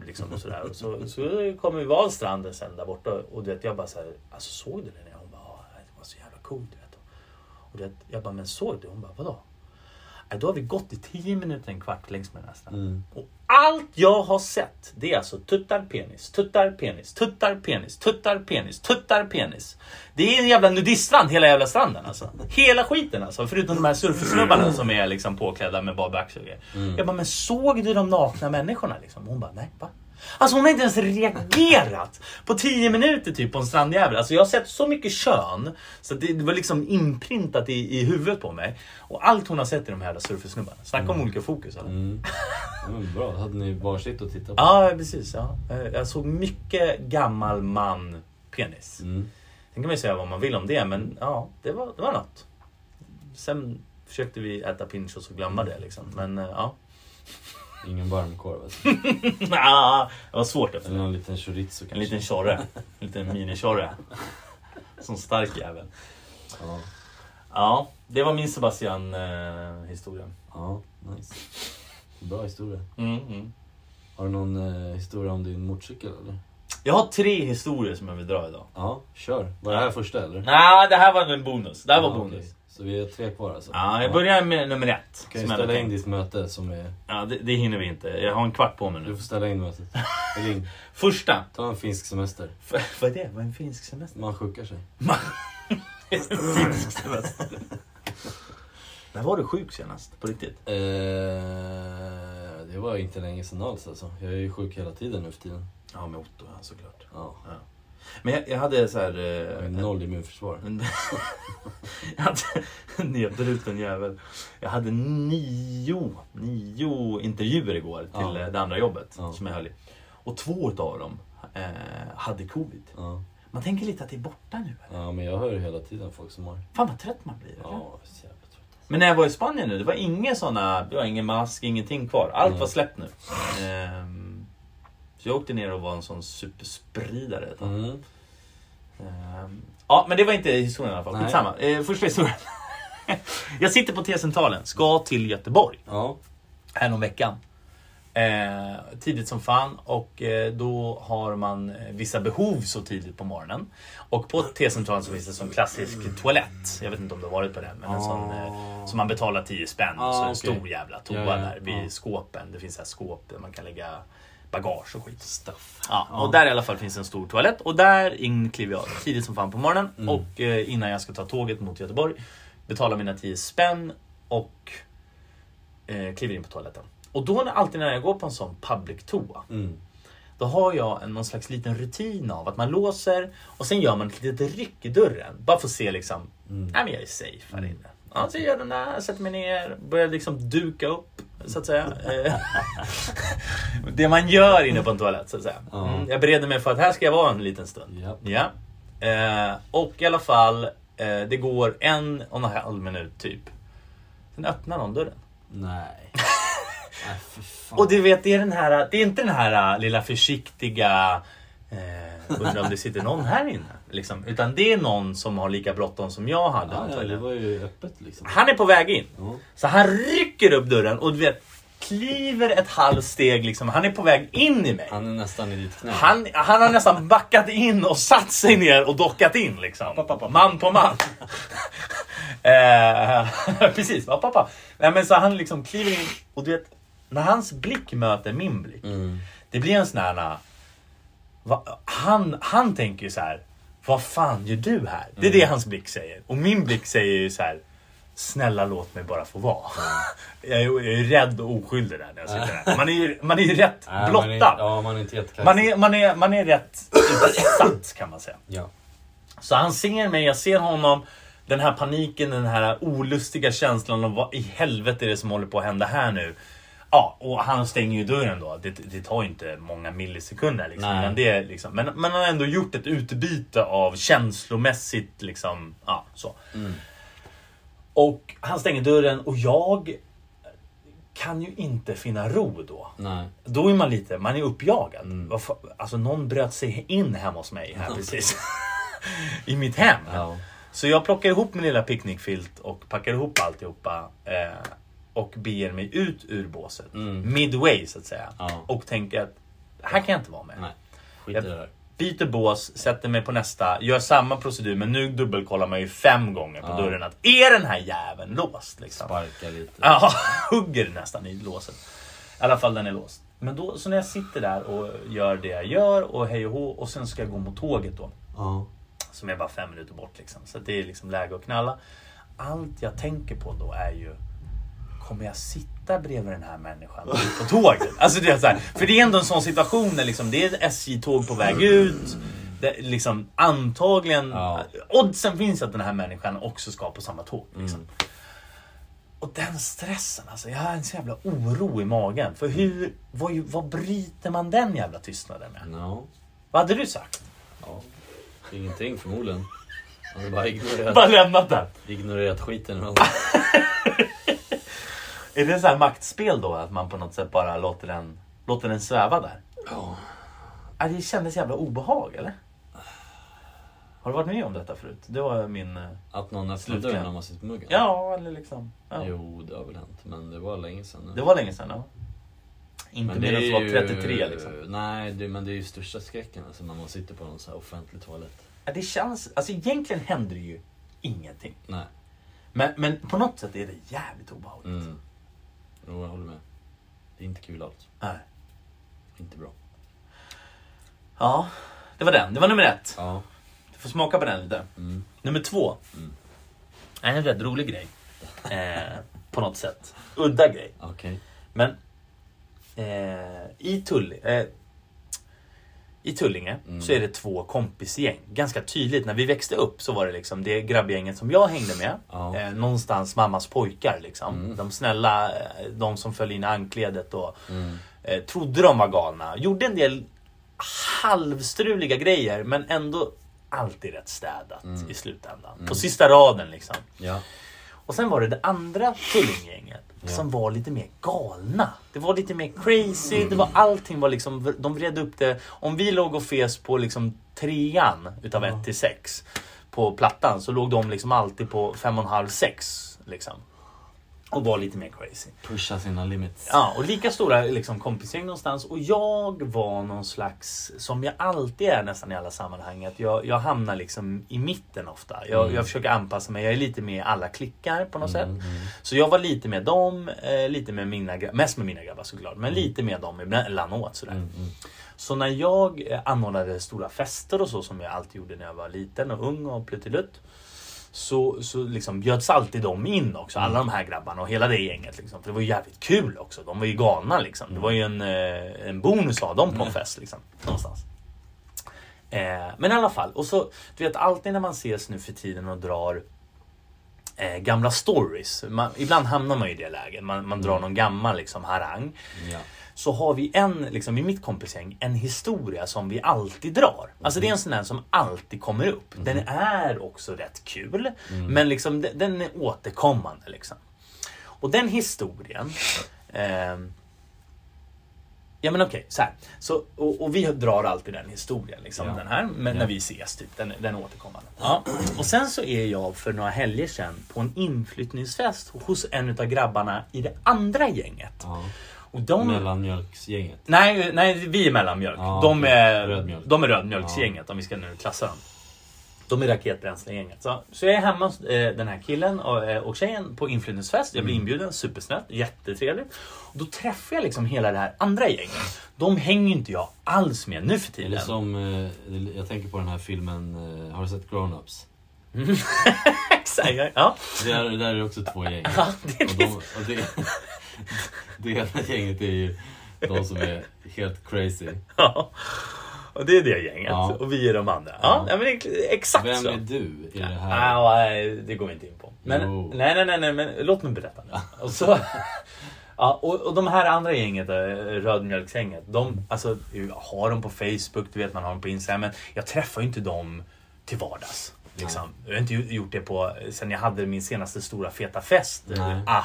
Speaker 1: Liksom och sådär. Och så, så kommer vi vara stranden sen där borta och du vet jag bara såhär, alltså såg du Linnea? Hon bara, ja det var så jävla coolt du vet. Och det, jag bara, men såg du? Hon bara, vadå? "Nej, Då har vi gått i 10 minuter, en kvart längs med den här stranden.
Speaker 2: Mm.
Speaker 1: Och allt jag har sett, det är alltså tuttar, penis, tuttar, penis, tuttar, penis, tuttar, penis, tuttar, penis. Det är en jävla nudiststrand hela jävla stranden alltså. Hela skiten alltså. Förutom de här surfersnubbarna som är liksom påklädda med bara backsugare. Jag bara, men såg du de nakna människorna liksom? Hon bara, nej va? Alltså hon har inte ens reagerat på 10 minuter typ på en strandjävel. Alltså jag har sett så mycket kön så att det, det var liksom inprintat i, i huvudet på mig. Och allt hon har sett är de här jävla surfersnubbarna. Snacka om olika fokus eller?
Speaker 2: Mm. Ja, men bra, då hade ni varsitt att titta på.
Speaker 1: Ja, ja, precis. Ja. Eh, Jag såg mycket gammal man penis.
Speaker 2: Mm.
Speaker 1: Sen kan man ju säga vad man vill om det, men ja, det var, det var något. Sen försökte vi äta pinchos och glömma det liksom. Men eh, ja.
Speaker 2: Ingen varmkorv alltså.
Speaker 1: Ah, det var svårt efter
Speaker 2: Eller
Speaker 1: det.
Speaker 2: någon liten chorizo kanske.
Speaker 1: En liten tjorre. En liten mini-tjorre. Som stark jävel.
Speaker 2: Ja,
Speaker 1: Ja, det var min Sebastian-historia.
Speaker 2: ja nice. Bra historia.
Speaker 1: Mm, mm.
Speaker 2: Har du någon eh, historia om din motorcykel eller?
Speaker 1: Jag har tre historier som jag vill dra idag.
Speaker 2: Ja, kör. Var det här första eller?
Speaker 1: Nej, det här var en bonus. Det här var
Speaker 2: Ja,
Speaker 1: bonus.
Speaker 2: okej. Så vi är tre kvar alltså?
Speaker 1: Ja, jag börjar med nummer ett.
Speaker 2: Kan
Speaker 1: som
Speaker 2: ju
Speaker 1: jag hade
Speaker 2: ställa in
Speaker 1: tänkt.
Speaker 2: ditt möte som är...
Speaker 1: Ja, det, det hinner vi inte. Jag har en kvart på mig
Speaker 2: Du
Speaker 1: nu.
Speaker 2: får ställa in mötet. Ring.
Speaker 1: Första.
Speaker 2: Ta en finsk semester.
Speaker 1: F- vad är det? Vad är en finsk semester?
Speaker 2: Man sjukar sig.
Speaker 1: finsk semester. När var du sjuk senast? På riktigt?
Speaker 2: Eh, det var inte länge sedan alls alltså. Jag är ju sjuk hela tiden nu för tiden.
Speaker 1: Ja, med Otto ja, såklart.
Speaker 2: Ja.
Speaker 1: Men jag, jag hade så här...
Speaker 2: Jag
Speaker 1: Eh,
Speaker 2: har ju noll immunförsvar.
Speaker 1: en- jag hade nedbruten jävel. Jag hade nio, nio intervjuer igår till
Speaker 2: Ja.
Speaker 1: eh, det andra jobbet
Speaker 2: Ja.
Speaker 1: som jag höll i. Och två av dem eh, hade covid.
Speaker 2: Ja.
Speaker 1: Man tänker lite att det är borta nu. eller?
Speaker 2: ja, men jag hör ju hela tiden folk som har...
Speaker 1: Fan vad trött man blir. eller?
Speaker 2: Ja, så jävla trött.
Speaker 1: Men när jag var i Spanien nu, det var inga såna, det var ingen mask, ingenting kvar. Allt var
Speaker 2: Mm.
Speaker 1: släppt nu. Ehm, så jag åkte ner och var en sån superspridare. ett tag.
Speaker 2: Mm.
Speaker 1: Ehm, ja, men det var inte historien i alla fall.
Speaker 2: Nej.
Speaker 1: Skitsamma. Eh, första historien. jag sitter på T-centralen, ska till Göteborg
Speaker 2: Ja.
Speaker 1: här om veckan. Eh, tidigt som fan och eh, då har man eh, vissa behov så tidigt på morgonen. Och på T-centralen så finns det en sån klassisk toalett. Jag vet inte om du har varit på den. Men en sån eh, som man betalar 10 spänn.
Speaker 2: Ah,
Speaker 1: så en
Speaker 2: okej.
Speaker 1: stor jävla toa
Speaker 2: Ja, ja,
Speaker 1: där vid
Speaker 2: ja.
Speaker 1: skåpen. Det finns så här skåp där man kan lägga bagage och skit.
Speaker 2: Stuff.
Speaker 1: Ja, och där i alla fall finns en stor toalett och där in kliver jag tidigt som fan på morgonen
Speaker 2: Mm.
Speaker 1: och eh, innan jag ska ta tåget mot Göteborg betalar mina 10 spänn och eh, kliver in på toaletten. Och då när, alltid när jag går på en sån public toa
Speaker 2: Mm.
Speaker 1: då har jag en, någon slags liten rutin av att man låser och sen gör man ett litet ryck i dörren bara för att se liksom,
Speaker 2: Mm.
Speaker 1: nej men jag är safe här inne. Ja, så jag gör den där, sätter mig ner, börjar liksom duka upp så att säga. Eh, det man gör inne på en toalett så att säga.
Speaker 2: Ja.
Speaker 1: Mm, jag bereder mig för att här ska jag vara en liten stund.
Speaker 2: Ja.
Speaker 1: Ja. Eh, och i alla fall, eh, det går en och en halv minut typ. Sen öppnar någon dörren.
Speaker 2: Nej. Nej, för fan.
Speaker 1: Och du vet, det är, den här, det är inte den här äh, lilla försiktiga eh, undrar om det sitter någon här inne. Liksom. Utan det är någon som har lika bråttom som jag hade.
Speaker 2: Ja, ja, det
Speaker 1: antagligen.
Speaker 2: var ju öppet liksom.
Speaker 1: Han är på väg in.
Speaker 2: Ja.
Speaker 1: Så han rycker upp dörren och du vet, kliver ett halvt steg. Liksom. Han är på väg in i mig.
Speaker 2: Han är nästan i ditt knä.
Speaker 1: Han, han har nästan backat in och satt sig ner och dockat in liksom.
Speaker 2: Pappa, pappa.
Speaker 1: Man på man. eh, precis, pappa, pappa. Nej, men så han liksom kliver in och du vet, när hans blick möter min blick.
Speaker 2: Mm.
Speaker 1: Det blir en sån här... na- va, han, han tänker ju så här. Vad fan gör du här? Det är
Speaker 2: Mm.
Speaker 1: det hans blick säger. Och min blick säger ju så här. Snälla låt mig bara få vara. jag,
Speaker 2: Mm.
Speaker 1: är, jag är rädd och oskyldig där när jag sitter där. Man är ju, man är ju rätt
Speaker 2: Nej, Man är,
Speaker 1: blottad.
Speaker 2: ja, man är inte jättekaxig.
Speaker 1: Man är, man, är, man är rätt utsatt kan man säga.
Speaker 2: Ja.
Speaker 1: Så han ser mig, jag ser honom. Den här paniken, den här olustiga känslan av vad i helvete är det som håller på att hända här nu? Ja, och han stänger ju dörren då. Det, det tar ju inte många millisekunder. Liksom,
Speaker 2: Nej.
Speaker 1: men, det är liksom, men man har ändå gjort ett utbyte av känslomässigt liksom, ja, så. Och han stänger dörren och jag kan ju inte finna ro då.
Speaker 2: Nej.
Speaker 1: Då är man lite, man är uppjagad.
Speaker 2: Mm.
Speaker 1: Vad fa- Alltså någon bröt sig in hemma hos mig här precis. I mitt hem.
Speaker 2: Ja.
Speaker 1: Så jag plockar ihop min lilla picknickfilt och packar ihop alltihopa. Eh, och beger mig ut ur båset. Midway så att säga.
Speaker 2: Mm. Ja.
Speaker 1: Och tänker att här kan jag inte vara med.
Speaker 2: Nej. Skit i
Speaker 1: Jag-
Speaker 2: det där.
Speaker 1: byter bås, sätter mig på nästa, gör samma procedur men nu dubbelkollar man ju fem gånger på
Speaker 2: Ja.
Speaker 1: dörren att är den här jäveln låst? Liksom.
Speaker 2: Sparka lite.
Speaker 1: Ja, hugger nästan i låset. I alla fall den är låst. Men då, så när jag sitter där och gör det jag gör och hej och hå och sen ska jag gå mot tåget då.
Speaker 2: Ja.
Speaker 1: Som är bara fem minuter bort liksom. Så att det är liksom läge att knalla. Allt jag tänker på då är ju Kommer jag sitta bredvid den här människan på tåget? Alltså det är så här, för det är ändå en sån situation där liksom, det är ett SJ-tåg på väg ut. Det, liksom, antagligen,
Speaker 2: Ja.
Speaker 1: oddsen finns att den här människan också ska på samma tåg. Liksom. Och den stressen alltså. Jag har en så jävla oro i magen. För hur, vad, vad bryter man den jävla tystnaden med?
Speaker 2: No.
Speaker 1: Vad hade du sagt?
Speaker 2: ja. Ingenting förmodligen. Han hade bara ignorerat,
Speaker 1: Bara lämnat den.
Speaker 2: ignorerat skiten ur honom.
Speaker 1: Är det så här maktspel då? Att man på något sätt bara låter den, låter den sväva där?
Speaker 2: Ja.
Speaker 1: Ja, det kändes jävla obehag, eller? Har du varit med om detta förut? Det var min... eh,
Speaker 2: Att någon öppnar
Speaker 1: Slutligen.
Speaker 2: dörren när man sitter på muggen?
Speaker 1: Ja, eller liksom... Ja.
Speaker 2: Jo, det har väl hänt. Men det var länge sedan nu.
Speaker 1: Det var länge sedan, ja. Inte
Speaker 2: det
Speaker 1: mer än
Speaker 2: är
Speaker 1: så var
Speaker 2: ju-
Speaker 1: 33 liksom.
Speaker 2: Nej, det, men det är ju största skräcken alltså, när man sitter på någon så här offentlig toalett.
Speaker 1: Ja, det känns... Alltså egentligen händer det ju ingenting.
Speaker 2: Nej.
Speaker 1: Men, men på något sätt är det jävligt obehagligt.
Speaker 2: Mm. Jo, jag håller med. Det är inte kul alls.
Speaker 1: Nej.
Speaker 2: Inte bra.
Speaker 1: Ja, det var den. Det var nummer ett.
Speaker 2: Ja.
Speaker 1: Du får smaka på den lite.
Speaker 2: Mm.
Speaker 1: Nummer två. En rätt rolig grej. Eh, på något sätt. Udda grej.
Speaker 2: Okej.
Speaker 1: Men eh, i, Tull, eh, i Tullinge så är det två kompisgäng. Ganska tydligt. När vi växte upp så var det liksom det grabbgänget som jag hängde med.
Speaker 2: Ja.
Speaker 1: Eh, någonstans mammas pojkar liksom. De snälla, eh, de som föll in i ankledet och eh, trodde de var galna. Gjorde en del halvstruliga grejer men ändå alltid rätt städat i slutändan. På sista raden liksom.
Speaker 2: Ja.
Speaker 1: Och sen var det det andra Tullinggänget som var lite mer galna. Det var lite mer crazy, det var allting var liksom, de vred upp det. Om vi låg och fes på liksom trean utav ett till sex på plattan så låg de liksom alltid på fem och en halv, sex liksom. Och var lite mer crazy.
Speaker 2: Pusha sina limits.
Speaker 1: Ja, och lika stora liksom, kompisgäng någonstans. Och jag var någon slags, som jag alltid är nästan i alla sammanhang, att jag, jag hamnar liksom i mitten ofta. Jag, jag försöker anpassa mig, jag är lite med i alla klickar på något
Speaker 2: Mm,
Speaker 1: sätt. Så jag var lite med dem, eh, lite med mina gra- mest med mina grabbar såklart, men lite med dem emellanåt sådär.
Speaker 2: mm,
Speaker 1: Så när jag eh, anordnade stora fester och så som jag alltid gjorde när jag var liten och ung och pluttilutt så, så liksom bjöds alltid de in också, alla de här grabbarna och hela det gänget. Liksom. För det var ju jävligt kul också. De var ju galna liksom. Det var ju en, eh, en bonus att ha dem på en fest. Liksom, någonstans. Eh, men i alla fall, och så, du vet alltid när man ses nu för tiden och drar eh, gamla stories. Man, ibland hamnar man ju i det läget. Man, man drar någon gammal liksom, harang
Speaker 2: Ja.
Speaker 1: så har vi en, liksom i mitt kompisgäng, en historia som vi alltid drar. Alltså
Speaker 2: Mm.
Speaker 1: det är en sån där som alltid kommer upp. Den är också rätt kul,
Speaker 2: Mm.
Speaker 1: men liksom de- den är återkommande liksom. Och den historien ehm, Ja men okej, så här. Så, och, och vi drar alltid den historien, liksom,
Speaker 2: Ja.
Speaker 1: den här, men när vi ses, typ, den, den är återkommande. Ja. Och sen så är jag för några helger sedan på en inflyttningsfest hos en av grabbarna i det andra gänget.
Speaker 2: ja.
Speaker 1: Och de...
Speaker 2: Mellanmjölksgänget.
Speaker 1: Nej, nej, vi är mellanmjölk.
Speaker 2: Ja,
Speaker 1: de,
Speaker 2: Ah, okej. Ah.
Speaker 1: är,
Speaker 2: Rödmjölk.
Speaker 1: de är rödmjölksgänget om vi ska nu klassa dem. De är raketbränslegänget. Så, så jag är hemma hos eh, den här killen och, eh, och tjejen på inflyttningsfest. Jag blir
Speaker 2: Mm.
Speaker 1: inbjuden, supersnällt, jättetrevligt. Och då träffar jag liksom hela det här andra gänget. De hänger inte jag alls med nu för
Speaker 2: Eller
Speaker 1: tiden.
Speaker 2: som, eh, jag tänker på den här filmen, eh, har du sett Grown-Ups?
Speaker 1: Exakt, ja.
Speaker 2: Där, där är det också två gäng.
Speaker 1: Ja, det är
Speaker 2: Och de, och det, det ena gänget är ju de som är helt crazy.
Speaker 1: ja. Och det är det gänget.
Speaker 2: Ja.
Speaker 1: Och vi är de andra. Ja,
Speaker 2: Ja.
Speaker 1: men det är exakt
Speaker 2: Vem
Speaker 1: så.
Speaker 2: är du i det här?
Speaker 1: Ah, nej, det går vi inte in på. Men,
Speaker 2: Jo.
Speaker 1: nej, nej, nej, nej, men låt mig berätta nu. Och, så, ja, och, och de här andra gänget, eh, rödmjölksgänget, de alltså, jag har dem på Facebook, du vet man har dem på Instagram, men jag träffar ju inte dem till vardags. Liksom. Jag har inte ju- gjort det på, sen jag hade min senaste stora feta fest, eh,
Speaker 2: Nej. Mm.
Speaker 1: ah,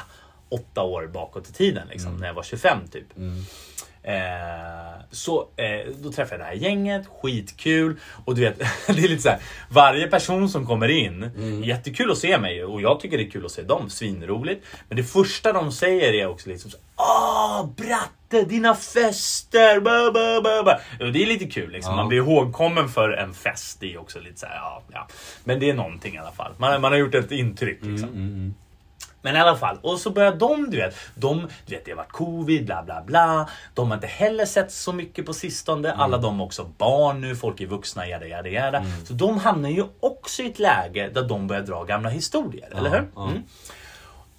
Speaker 1: åtta år bakåt i tiden, liksom, när jag var 25 typ. Eh, så eh, då träffade jag det här gänget, skitkul. Och du vet, det är lite så här, varje person som kommer in, jättekul att se mig och jag tycker det är kul att se dem, svinroligt. Men det första de säger är också liksom så, Åh bratte! hette dina fester? Ba, ba, ba, ba. Och Det är lite kul liksom.
Speaker 2: Ja.
Speaker 1: Man blir ihågkommen för en fest. Det är också lite så här, ja, ja. Men det är någonting i alla fall. Man, man har gjort ett intryck liksom. Men i alla fall, och så börjar de, du vet, de, du vet, det har varit covid, bla bla bla. De har inte heller sett så mycket på sistone.
Speaker 2: Mm.
Speaker 1: Alla de har också barn nu, folk är vuxna, jada jada jada.
Speaker 2: Mm.
Speaker 1: Så de hamnar ju också i ett läge där de börjar dra gamla historier, eller hur?
Speaker 2: ja.
Speaker 1: Mm.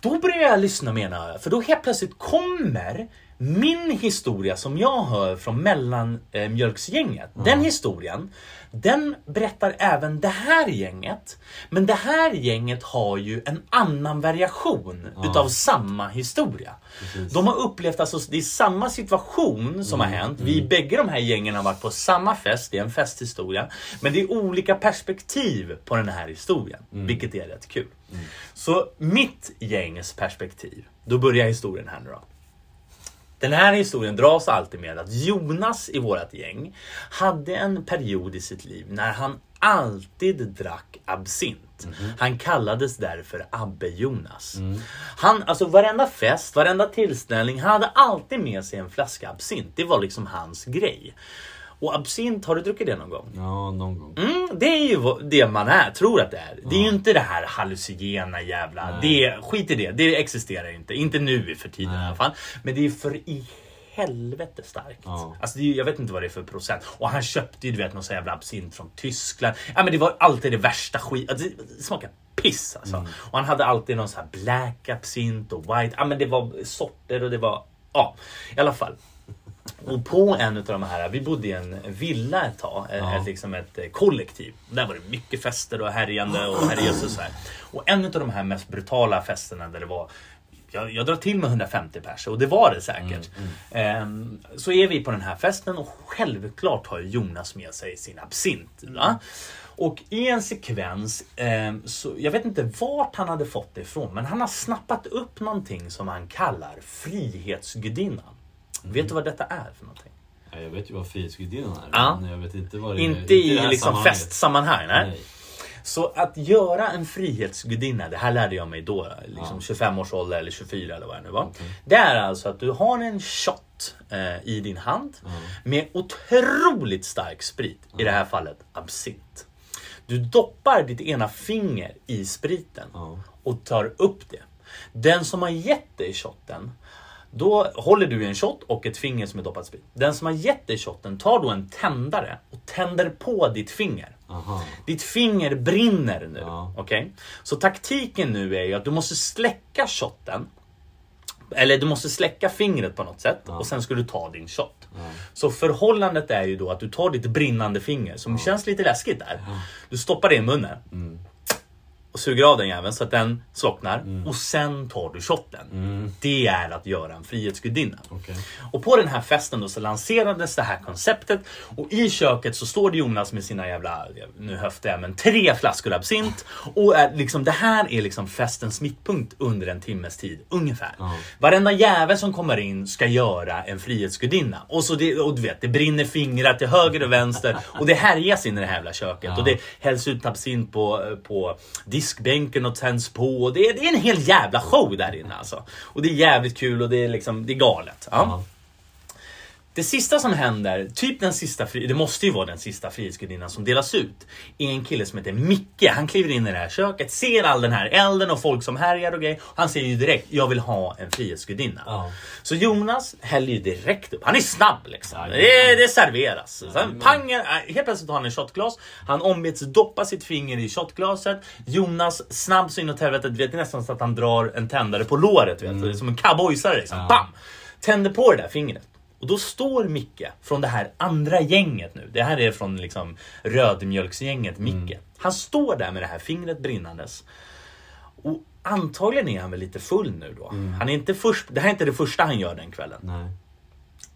Speaker 1: Då börjar jag lyssna med ena örat, för då helt plötsligt kommer min historia som jag hör från mellanmjölksgänget. Den historien, den berättar även det här gänget. Men det här gänget har ju en annan variation utav samma historia. De har upplevt, alltså det är samma situation som har hänt. Vi bägge de här gängen har varit på samma fest, det är en festhistoria. Men det är olika perspektiv på den här historien, vilket är rätt kul. Så mitt gängs perspektiv, då börjar historien här nu då. Den här historien dras alltid med att Jonas i vårt gäng hade en period i sitt liv när han alltid drack absint. Han kallades därför Abbe-Jonas. Han, alltså varenda fest, varenda tillställning, han hade alltid med sig en flaska absint. Det var liksom hans grej. Och absint, har du druckit det någon gång?
Speaker 2: Ja, någon gång.
Speaker 1: Mm, det är ju vad- det man är, tror att det är. Det är ju inte det här hallucinogena jävla... Det, skit i det, det existerar inte. Inte nu i för tiden i alla fall. Men det är för i helvete starkt.
Speaker 2: Ja.
Speaker 1: Alltså det är, ju- jag vet inte vad det är för procent. Och han köpte ju du vet någon sån jävla absint från Tyskland. Ja men det var alltid det värsta skit. Alltså, det- det smakar piss alltså. Och han hade alltid någon sån här black absint och white. Ja men det var sorter och det var... Ja, i alla fall. Och på en av de här, vi bodde i en villa ett tag, ett-
Speaker 2: Ja.
Speaker 1: ett, liksom ett eh, kollektiv. Där var det mycket fester och härjande och herrejösses så här. Och en av de här mest brutala festerna där det var jag, jag drar till med 150 pers och det var det säkert. Ehm, så är vi på den här festen och självklart har ju Jonas med sig sin absint. Va? Och i en sekvens, ehm, så, jag vet inte vart han hade fått det ifrån, men han har snappat upp någonting som han kallar Frihetsgudinnan. Vet du vad detta är för någonting?
Speaker 2: Ja, jag vet ju vad frihetsgudinnan är.
Speaker 1: Ja.
Speaker 2: Men jag vet inte vad det
Speaker 1: Inte i
Speaker 2: det här
Speaker 1: liksom
Speaker 2: sammanhanget.
Speaker 1: festsammanhang. Nej.
Speaker 2: Nej.
Speaker 1: Så att göra en frihetsgudinna, det här lärde jag mig då, liksom 25 års ålder eller 24 eller vad det nu
Speaker 2: Mm.
Speaker 1: var. Det är alltså att du har en shot eh, i din hand
Speaker 2: Mm.
Speaker 1: med otroligt stark sprit, i det här fallet absint. Du doppar ditt ena finger i spriten
Speaker 2: Ja.
Speaker 1: och tar upp det. Den som har gett dig shotten, då håller du i en shot och ett finger som är doppat i sprit. Den som har gett dig shotten tar då en tändare och tänder på ditt finger.
Speaker 2: Aha.
Speaker 1: Ditt finger brinner nu.
Speaker 2: Ja.
Speaker 1: Okej? Så taktiken nu är ju att du måste släcka shotten. Eller du måste släcka fingret på något sätt och sen ska du ta din shot. Så förhållandet är ju då att du tar ditt brinnande finger som känns lite läskigt där. Du stoppar det i munnen
Speaker 2: Mm.
Speaker 1: och suger av den jäveln så att den slocknar
Speaker 2: Mm.
Speaker 1: och sen tar du shotten. Det är att göra en frihetsgudinna.
Speaker 2: Okej.
Speaker 1: Och på den här festen då så lanserades det här konceptet och i köket så står det Jonas med sina jävla, nu höftar jag men tre flaskor absint och är liksom, det här är liksom festens mittpunkt under en timmes tid ungefär. Varenda jävel som kommer in ska göra en frihetsgudinna och så det, och du vet det brinner fingrar till höger och vänster och det härjas in i det här jävla köket och det hälls ut absint på, på diskbänken och tänds på och det, är- det är en hel jävla show där inne alltså. Och det är jävligt kul och det är liksom, det är galet. Ja.
Speaker 2: Ja.
Speaker 1: Det sista som händer, typ den sista, fri- det måste ju vara den sista frihetsgudinnan som delas ut. Är en kille som heter Micke. Han kliver in i det här köket, ser all den här elden och folk som härjar och grejer. Han säger ju direkt, jag vill ha en frihetsgudinna.
Speaker 2: Ja.
Speaker 1: Så Jonas häller ju direkt upp. Han är snabb liksom.
Speaker 2: Ja,
Speaker 1: Det, det serveras. Sen
Speaker 2: Jajamän.
Speaker 1: pang, äh, helt plötsligt har han en shotglas. Han ombeds doppa sitt finger i shotglaset. Jonas snabb så inåt helvetet. Vet nästan så att han drar en tändare på låret. Vet, du, Som en cowboysare liksom.
Speaker 2: Mm. Ja.
Speaker 1: Bam! Tänder på det där fingret. Och då står Micke från det här andra gänget nu. Det här är från liksom rödmjölksgänget Micke.
Speaker 2: Mm.
Speaker 1: Han står där med det här fingret brinnandes. Och antagligen är han väl lite full nu då.
Speaker 2: Mm.
Speaker 1: Han är inte först, det här är inte det första han gör den kvällen.
Speaker 2: Nej.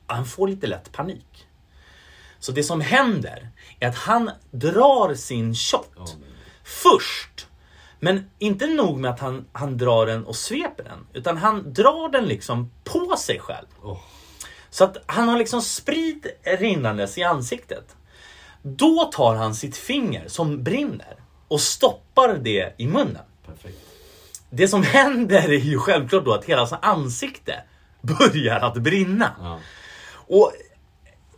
Speaker 1: Han får lite lätt panik. Så det som händer är att han drar sin shot först. Men inte nog med att han, han drar den och sveper den. Utan han drar den liksom på sig själv.
Speaker 2: Åh.
Speaker 1: Så att han har liksom sprit rinnandes i ansiktet. Då tar han sitt finger som brinner och stoppar det i munnen.
Speaker 2: Perfekt.
Speaker 1: Det som händer är ju självklart då att hela hans ansikte börjar att brinna.
Speaker 2: Ja.
Speaker 1: Och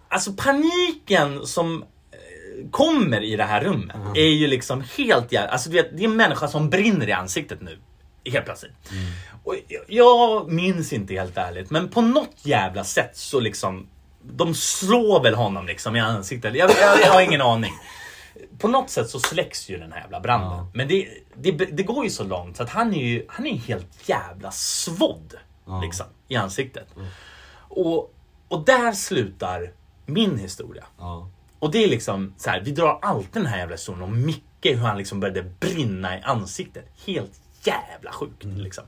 Speaker 1: alltså paniken som eh, kommer i det här rummet
Speaker 2: Mm.
Speaker 1: är ju liksom helt jävla... Alltså du vet, det är en människa som brinner i ansiktet nu. Helt plötsligt.
Speaker 2: Mm.
Speaker 1: Och jag, jag minns inte helt ärligt, men på något jävla sätt så liksom... De slår väl honom liksom i ansiktet. Jag, jag, jag har ingen aning. På något sätt så släcks ju den här jävla branden.
Speaker 2: Ja.
Speaker 1: Men det, det, det går ju så långt så att han är ju han är ju helt jävla svådd.
Speaker 2: Ja. Mm.
Speaker 1: Liksom, I ansiktet. Och, och där slutar min historia.
Speaker 2: Ja.
Speaker 1: Och det är liksom så här, vi drar alltid den här jävla historien om Micke, hur han liksom började brinna i ansiktet. Helt jävla sjukt liksom.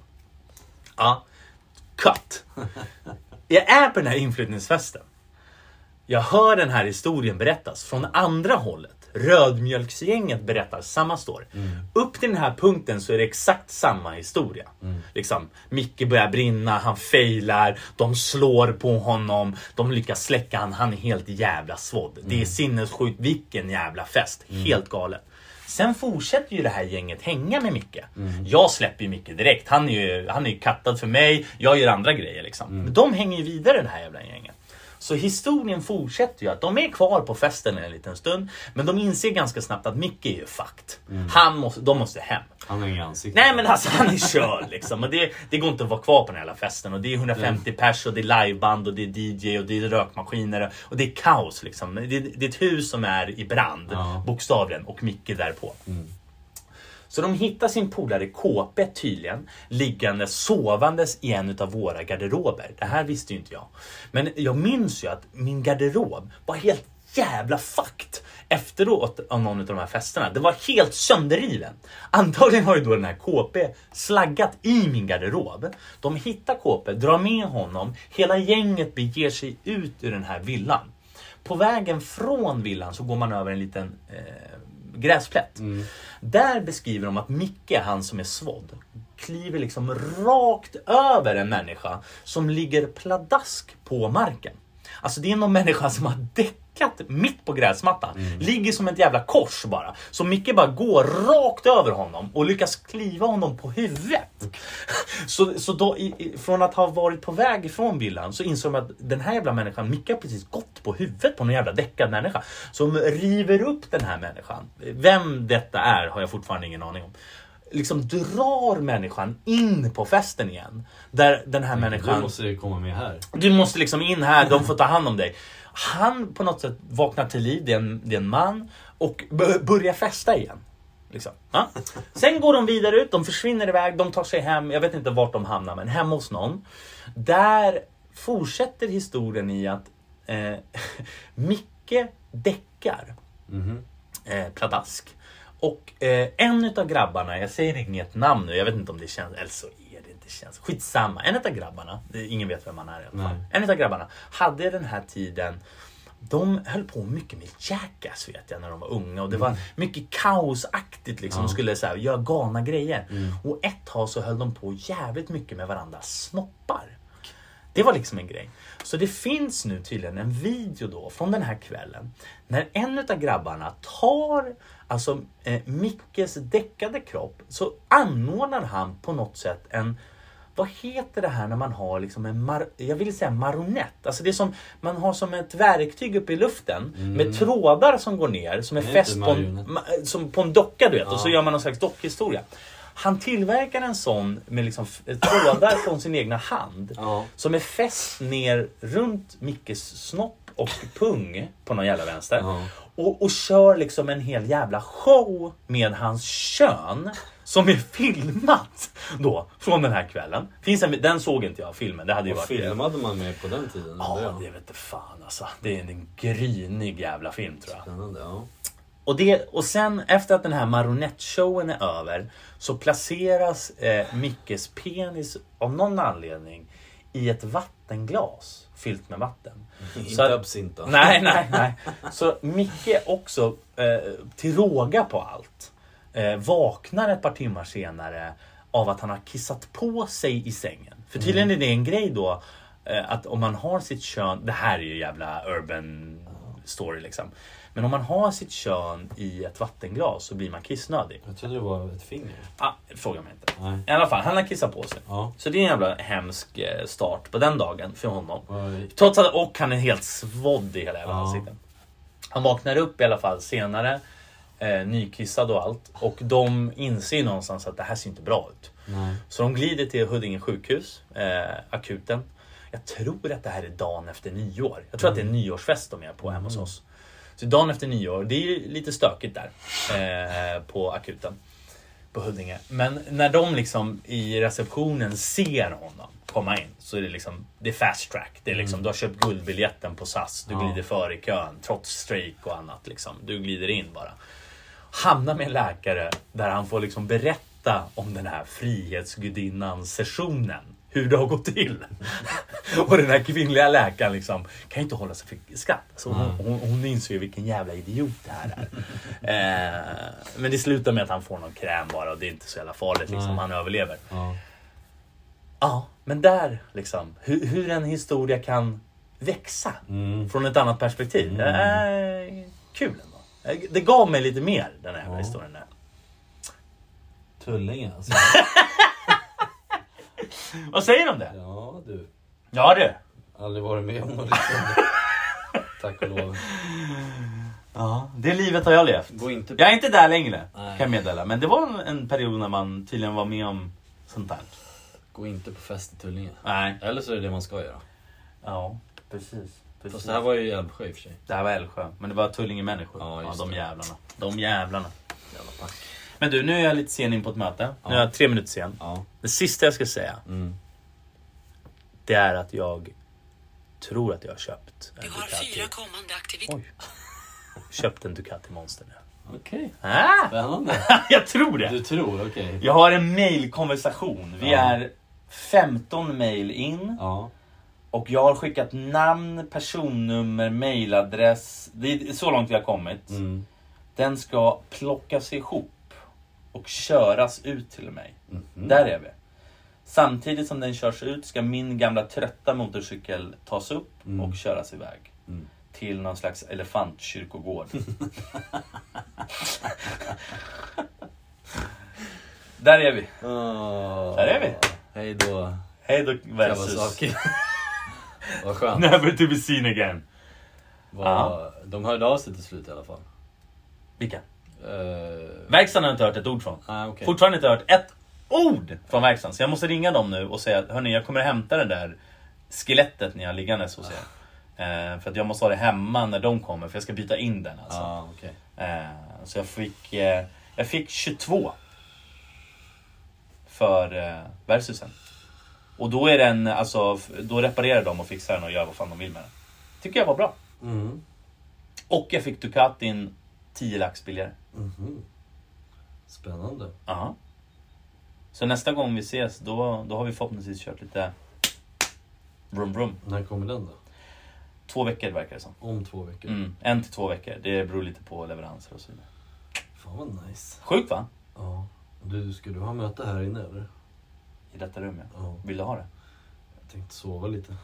Speaker 1: Ja, cut. Jag är på den här inflyttningsfesten. Jag hör den här historien berättas från andra hållet. Rödmjölksgänget berättar samma story. Upp till den här punkten så är det exakt samma historia. Liksom, Micke börjar brinna, han failar, de slår på honom, de lyckas släcka han, han är helt jävla svådd. Det är sinnessjukt, vilken jävla fest. Helt galet. Sen fortsätter ju det här gänget hänga med Micke. Jag släpper ju Micke direkt. Han är ju, han är ju kattad för mig. Jag gör andra grejer liksom. Men de hänger ju vidare det här jävla gänget. Så historien fortsätter ju att de är kvar på festen en liten stund. Men de inser ganska snabbt att Micke är ju fucked. Han måste, de måste hem.
Speaker 2: Han har inga ansikten.
Speaker 1: Nej men alltså han är körd liksom. Och det, det går inte att vara kvar på den här jävla festen. Och det är 150 pers och det är liveband och det är DJ och det är rökmaskiner. Och det är kaos liksom. Det, det är ett hus som är i brand.
Speaker 2: Ja.
Speaker 1: Bokstavligen. Och Micke därpå. Så de hittar sin polare KP tydligen liggande sovandes i en av våra garderober. Det här visste ju inte jag. Men jag minns ju att min garderob var helt jävla fucked efteråt av någon av de här festerna. Det var helt sönderriven. Antagligen har ju då den här KP slaggat i min garderob. De hittar KP, drar med honom. Hela gänget beger sig ut ur den här villan. På vägen från villan så går man över en liten eh, gräsplätt. Där beskriver de att Micke, han som är svådd, kliver liksom rakt över en människa som ligger pladask på marken. Alltså det är någon människa som har däckat mitt på gräsmattan. Ligger som ett jävla kors bara. Så Micke bara går rakt över honom och lyckas kliva honom på huvudet. Så, så då, i, i, från att ha varit på väg ifrån villan så insåg de att den här jävla människan, Micke har precis gått på huvudet på någon jävla däckad människa. Som river upp den här människan. Vem detta är har jag fortfarande ingen aning om. Liksom drar människan in på festen igen. Där den här
Speaker 2: Du
Speaker 1: människan...
Speaker 2: måste ju komma med här.
Speaker 1: Du måste liksom in här, de får ta hand om dig. Han på något sätt vaknar till liv, det är en, det är en man, och b- börjar festa igen. Liksom. Ja. Sen går de vidare ut, de försvinner iväg, de tar sig hem, jag vet inte vart de hamnar, men hemma hos någon. Där fortsätter historien i att eh, Micke däckar eh, pladask. Och eh, en utav grabbarna, jag säger inget namn nu, jag vet inte om det känns, eller så är det inte känns. Skitsamma, en utav grabbarna, det- ingen vet vem han är i alla fall.
Speaker 2: Nej.
Speaker 1: En utav grabbarna hade den här tiden de höll på mycket med Jackass vet jag när de var unga och det var mycket kaosaktigt liksom. De skulle så här, göra galna grejer. Och ett tag så höll de på jävligt mycket med varandras snoppar. Det var liksom en grej. Så det finns nu tydligen en video då från den här kvällen när en utav grabbarna tar alltså eh, Mickes däckade kropp så anordnar han på något sätt en vad heter det här när man har liksom en mar- jag vill säga maronett. Alltså det är som man har som ett verktyg uppe i luften med trådar som går ner som är
Speaker 2: Det är
Speaker 1: fäst
Speaker 2: Mm. inte
Speaker 1: på en,
Speaker 2: marionett.
Speaker 1: ma- som på en docka du vet och så gör man någon slags dockhistoria. Han tillverkar en sån med liksom f- trådar från sin egna hand
Speaker 2: Ja.
Speaker 1: som är fäst ner runt Mickes snopp och pung på någon jävla vänster.
Speaker 2: Ja.
Speaker 1: Och, och kör liksom en hel jävla show med hans kön som är filmat då från den här kvällen. Finns en, den såg inte jag filmen, det hade ju
Speaker 2: Vad
Speaker 1: varit...
Speaker 2: filmade man med på den tiden? undrar
Speaker 1: Ja,
Speaker 2: jag?
Speaker 1: det vet du fan alltså. Det är en grynig jävla film tror jag.
Speaker 2: Spännande, ja.
Speaker 1: Och, det, och sen efter att den här marionettshowen är över så placeras eh, Mickes penis av någon anledning i ett vattenglas fyllt med vatten. Så
Speaker 2: Mm. Inte
Speaker 1: att-
Speaker 2: absinta.
Speaker 1: Nej, nej, nej. Så Micke också, eh, till råga på allt, eh, vaknar ett par timmar senare av att han har kissat på sig i sängen. För tydligen är det en grej då, eh, att om man har sitt kön, det här är ju jävla urban story liksom. Men om man har sitt kön i ett vattenglas så blir man kissnödig.
Speaker 2: Jag trodde det var ett finger.
Speaker 1: Ah, fråga mig inte.
Speaker 2: Nej.
Speaker 1: I alla fall, han har kissat på sig.
Speaker 2: Ja.
Speaker 1: Så det är en jävla hemsk eh, start på den dagen för honom.
Speaker 2: Vad-
Speaker 1: Trots att, och han är helt svådd i hela jävla
Speaker 2: Ja.
Speaker 1: ansiktet. Han vaknar upp i alla fall senare, eh, nykissad och allt. Och de inser ju någonstans att det här ser inte bra ut.
Speaker 2: Nej.
Speaker 1: Så de glider till Huddinge sjukhus, eh, akuten. Jag tror att det här är dagen efter nyår. Jag tror att det är en nyårsfest de är på hemma hos oss. Så dagen efter nyår, det är ju lite stökigt där eh, på akuten på Huddinge. Men när de liksom i receptionen ser honom komma in så är det liksom, det är fast track. Det är liksom, du har köpt guldbiljetten på SAS, du
Speaker 2: Ja.
Speaker 1: glider före i kön trots strejk och annat liksom. Du glider in bara. Hamnar med en läkare där han får liksom berätta om den här frihetsgudinnans sessionen. Hur det har gått till. och den här kvinnliga läkaren liksom kan ju inte hålla sig för skratt. Alltså hon,
Speaker 2: Mm.
Speaker 1: hon, hon inser ju vilken jävla idiot det här är. Eh, men det slutar med att han får någon kräm bara och det är inte så jävla farligt. Liksom.
Speaker 2: Nej.
Speaker 1: Han överlever.
Speaker 2: Ja.
Speaker 1: Ja, men där liksom. Hur, hur en historia kan växa
Speaker 2: Mm.
Speaker 1: från ett annat perspektiv. Det är kul ändå. Eh, Det gav mig lite mer den här jävla
Speaker 2: Ja.
Speaker 1: historien. Där.
Speaker 2: Tullinge alltså.
Speaker 1: Vad säger du om det?
Speaker 2: Ja du.
Speaker 1: Ja du.
Speaker 2: Aldrig varit med om något liknande. Tack och lov.
Speaker 1: Ja, det livet har jag levt.
Speaker 2: Gå inte
Speaker 1: Jag är inte där längre kan
Speaker 2: Nej.
Speaker 1: jag meddela. Men det var en, en period när man tydligen var med om sånt där.
Speaker 2: Gå inte på fest i Tullinge.
Speaker 1: Nej.
Speaker 2: Eller så är det det man ska göra.
Speaker 1: Ja, precis. precis.
Speaker 2: Fast det här var ju i Älvsjö i och för sig.
Speaker 1: Det här var Älvsjö, men det var Tullinge-människor. Ja,
Speaker 2: Ja, just
Speaker 1: de
Speaker 2: det.
Speaker 1: jävlarna. De jävlarna.
Speaker 2: Jävla pack.
Speaker 1: Men du, nu är jag lite sen in på ett möte. Nu är jag tre minuter sen.
Speaker 2: Ja.
Speaker 1: Det sista jag ska säga,
Speaker 2: Mm.
Speaker 1: det är att jag tror att jag har köpt en
Speaker 3: Du har fyra
Speaker 1: Ducati.
Speaker 3: kommande aktiviteter.
Speaker 1: Oj. Köpt en Ducati Monster nu.
Speaker 2: Okej.
Speaker 1: Ah,
Speaker 2: Spännande.
Speaker 1: jag tror det!
Speaker 2: Äh? Du tror, okej.
Speaker 1: Jag har en mailkonversation. Vi
Speaker 2: Ja.
Speaker 1: är 15 mail in.
Speaker 2: Ja.
Speaker 1: Och jag har skickat namn, personnummer, mailadress. Det är så långt vi har kommit.
Speaker 2: Mm.
Speaker 1: Den ska plockas ihop och köras ut till mig.
Speaker 2: Mhm.
Speaker 1: Där är vi. Samtidigt som den körs ut ska min gamla trötta motorcykel tas upp och köras iväg.
Speaker 2: Mm.
Speaker 1: Till någon slags elefantkyrkogård. Där är vi.
Speaker 2: Oh.
Speaker 1: Där är vi.
Speaker 2: Hej då
Speaker 1: Hej då versus.
Speaker 2: Kawasaki. Vad skönt.
Speaker 1: Never to be seen again. Ja.
Speaker 2: Vad, de hörde av sig till slut i alla fall.
Speaker 1: Vilka?
Speaker 2: Uh,
Speaker 1: Verkstaden har jag inte hört ett ord från.
Speaker 2: ah, okay.
Speaker 1: Fortfarande inte hört ett ord från verkstaden. Så jag måste ringa dem nu och säga att hörni, jag kommer hämta det där skelettet ni har liggandes hos er. Eh, för att jag måste ha det hemma när de kommer för jag ska byta in den. Alltså.
Speaker 2: ah, okay.
Speaker 1: Eh, så jag fick, eh, jag fick 22 för eh, Versusen. Och då är den, alltså, f- då reparerar de och fixar den och gör vad fan de vill med den. Tycker jag var bra.
Speaker 2: mm.
Speaker 1: Och jag fick Ducatin 10 lax billigare.
Speaker 2: Mhm. Spännande.
Speaker 1: Ja. Så nästa gång vi ses då, då har vi förhoppningsvis kört lite vroom vroom.
Speaker 2: När kommer den då?
Speaker 1: Två veckor verkar det som.
Speaker 2: Om två veckor.
Speaker 1: Mm. En till två veckor. Det beror lite på leveranser och så vidare.
Speaker 2: Fan vad nice.
Speaker 1: Sjukt va?
Speaker 2: Ja. Du, ska du ha möte här inne eller?
Speaker 1: I detta rum ja.
Speaker 2: Ja.
Speaker 1: Vill du ha det?
Speaker 2: Jag tänkte sova lite.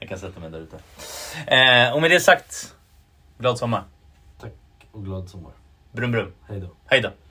Speaker 1: Jag kan sätta mig där ute. Eh, och med det sagt. Glad sommar.
Speaker 2: Tack och glad sommar.
Speaker 1: Brum brum.
Speaker 2: Hej då.
Speaker 1: Hej då.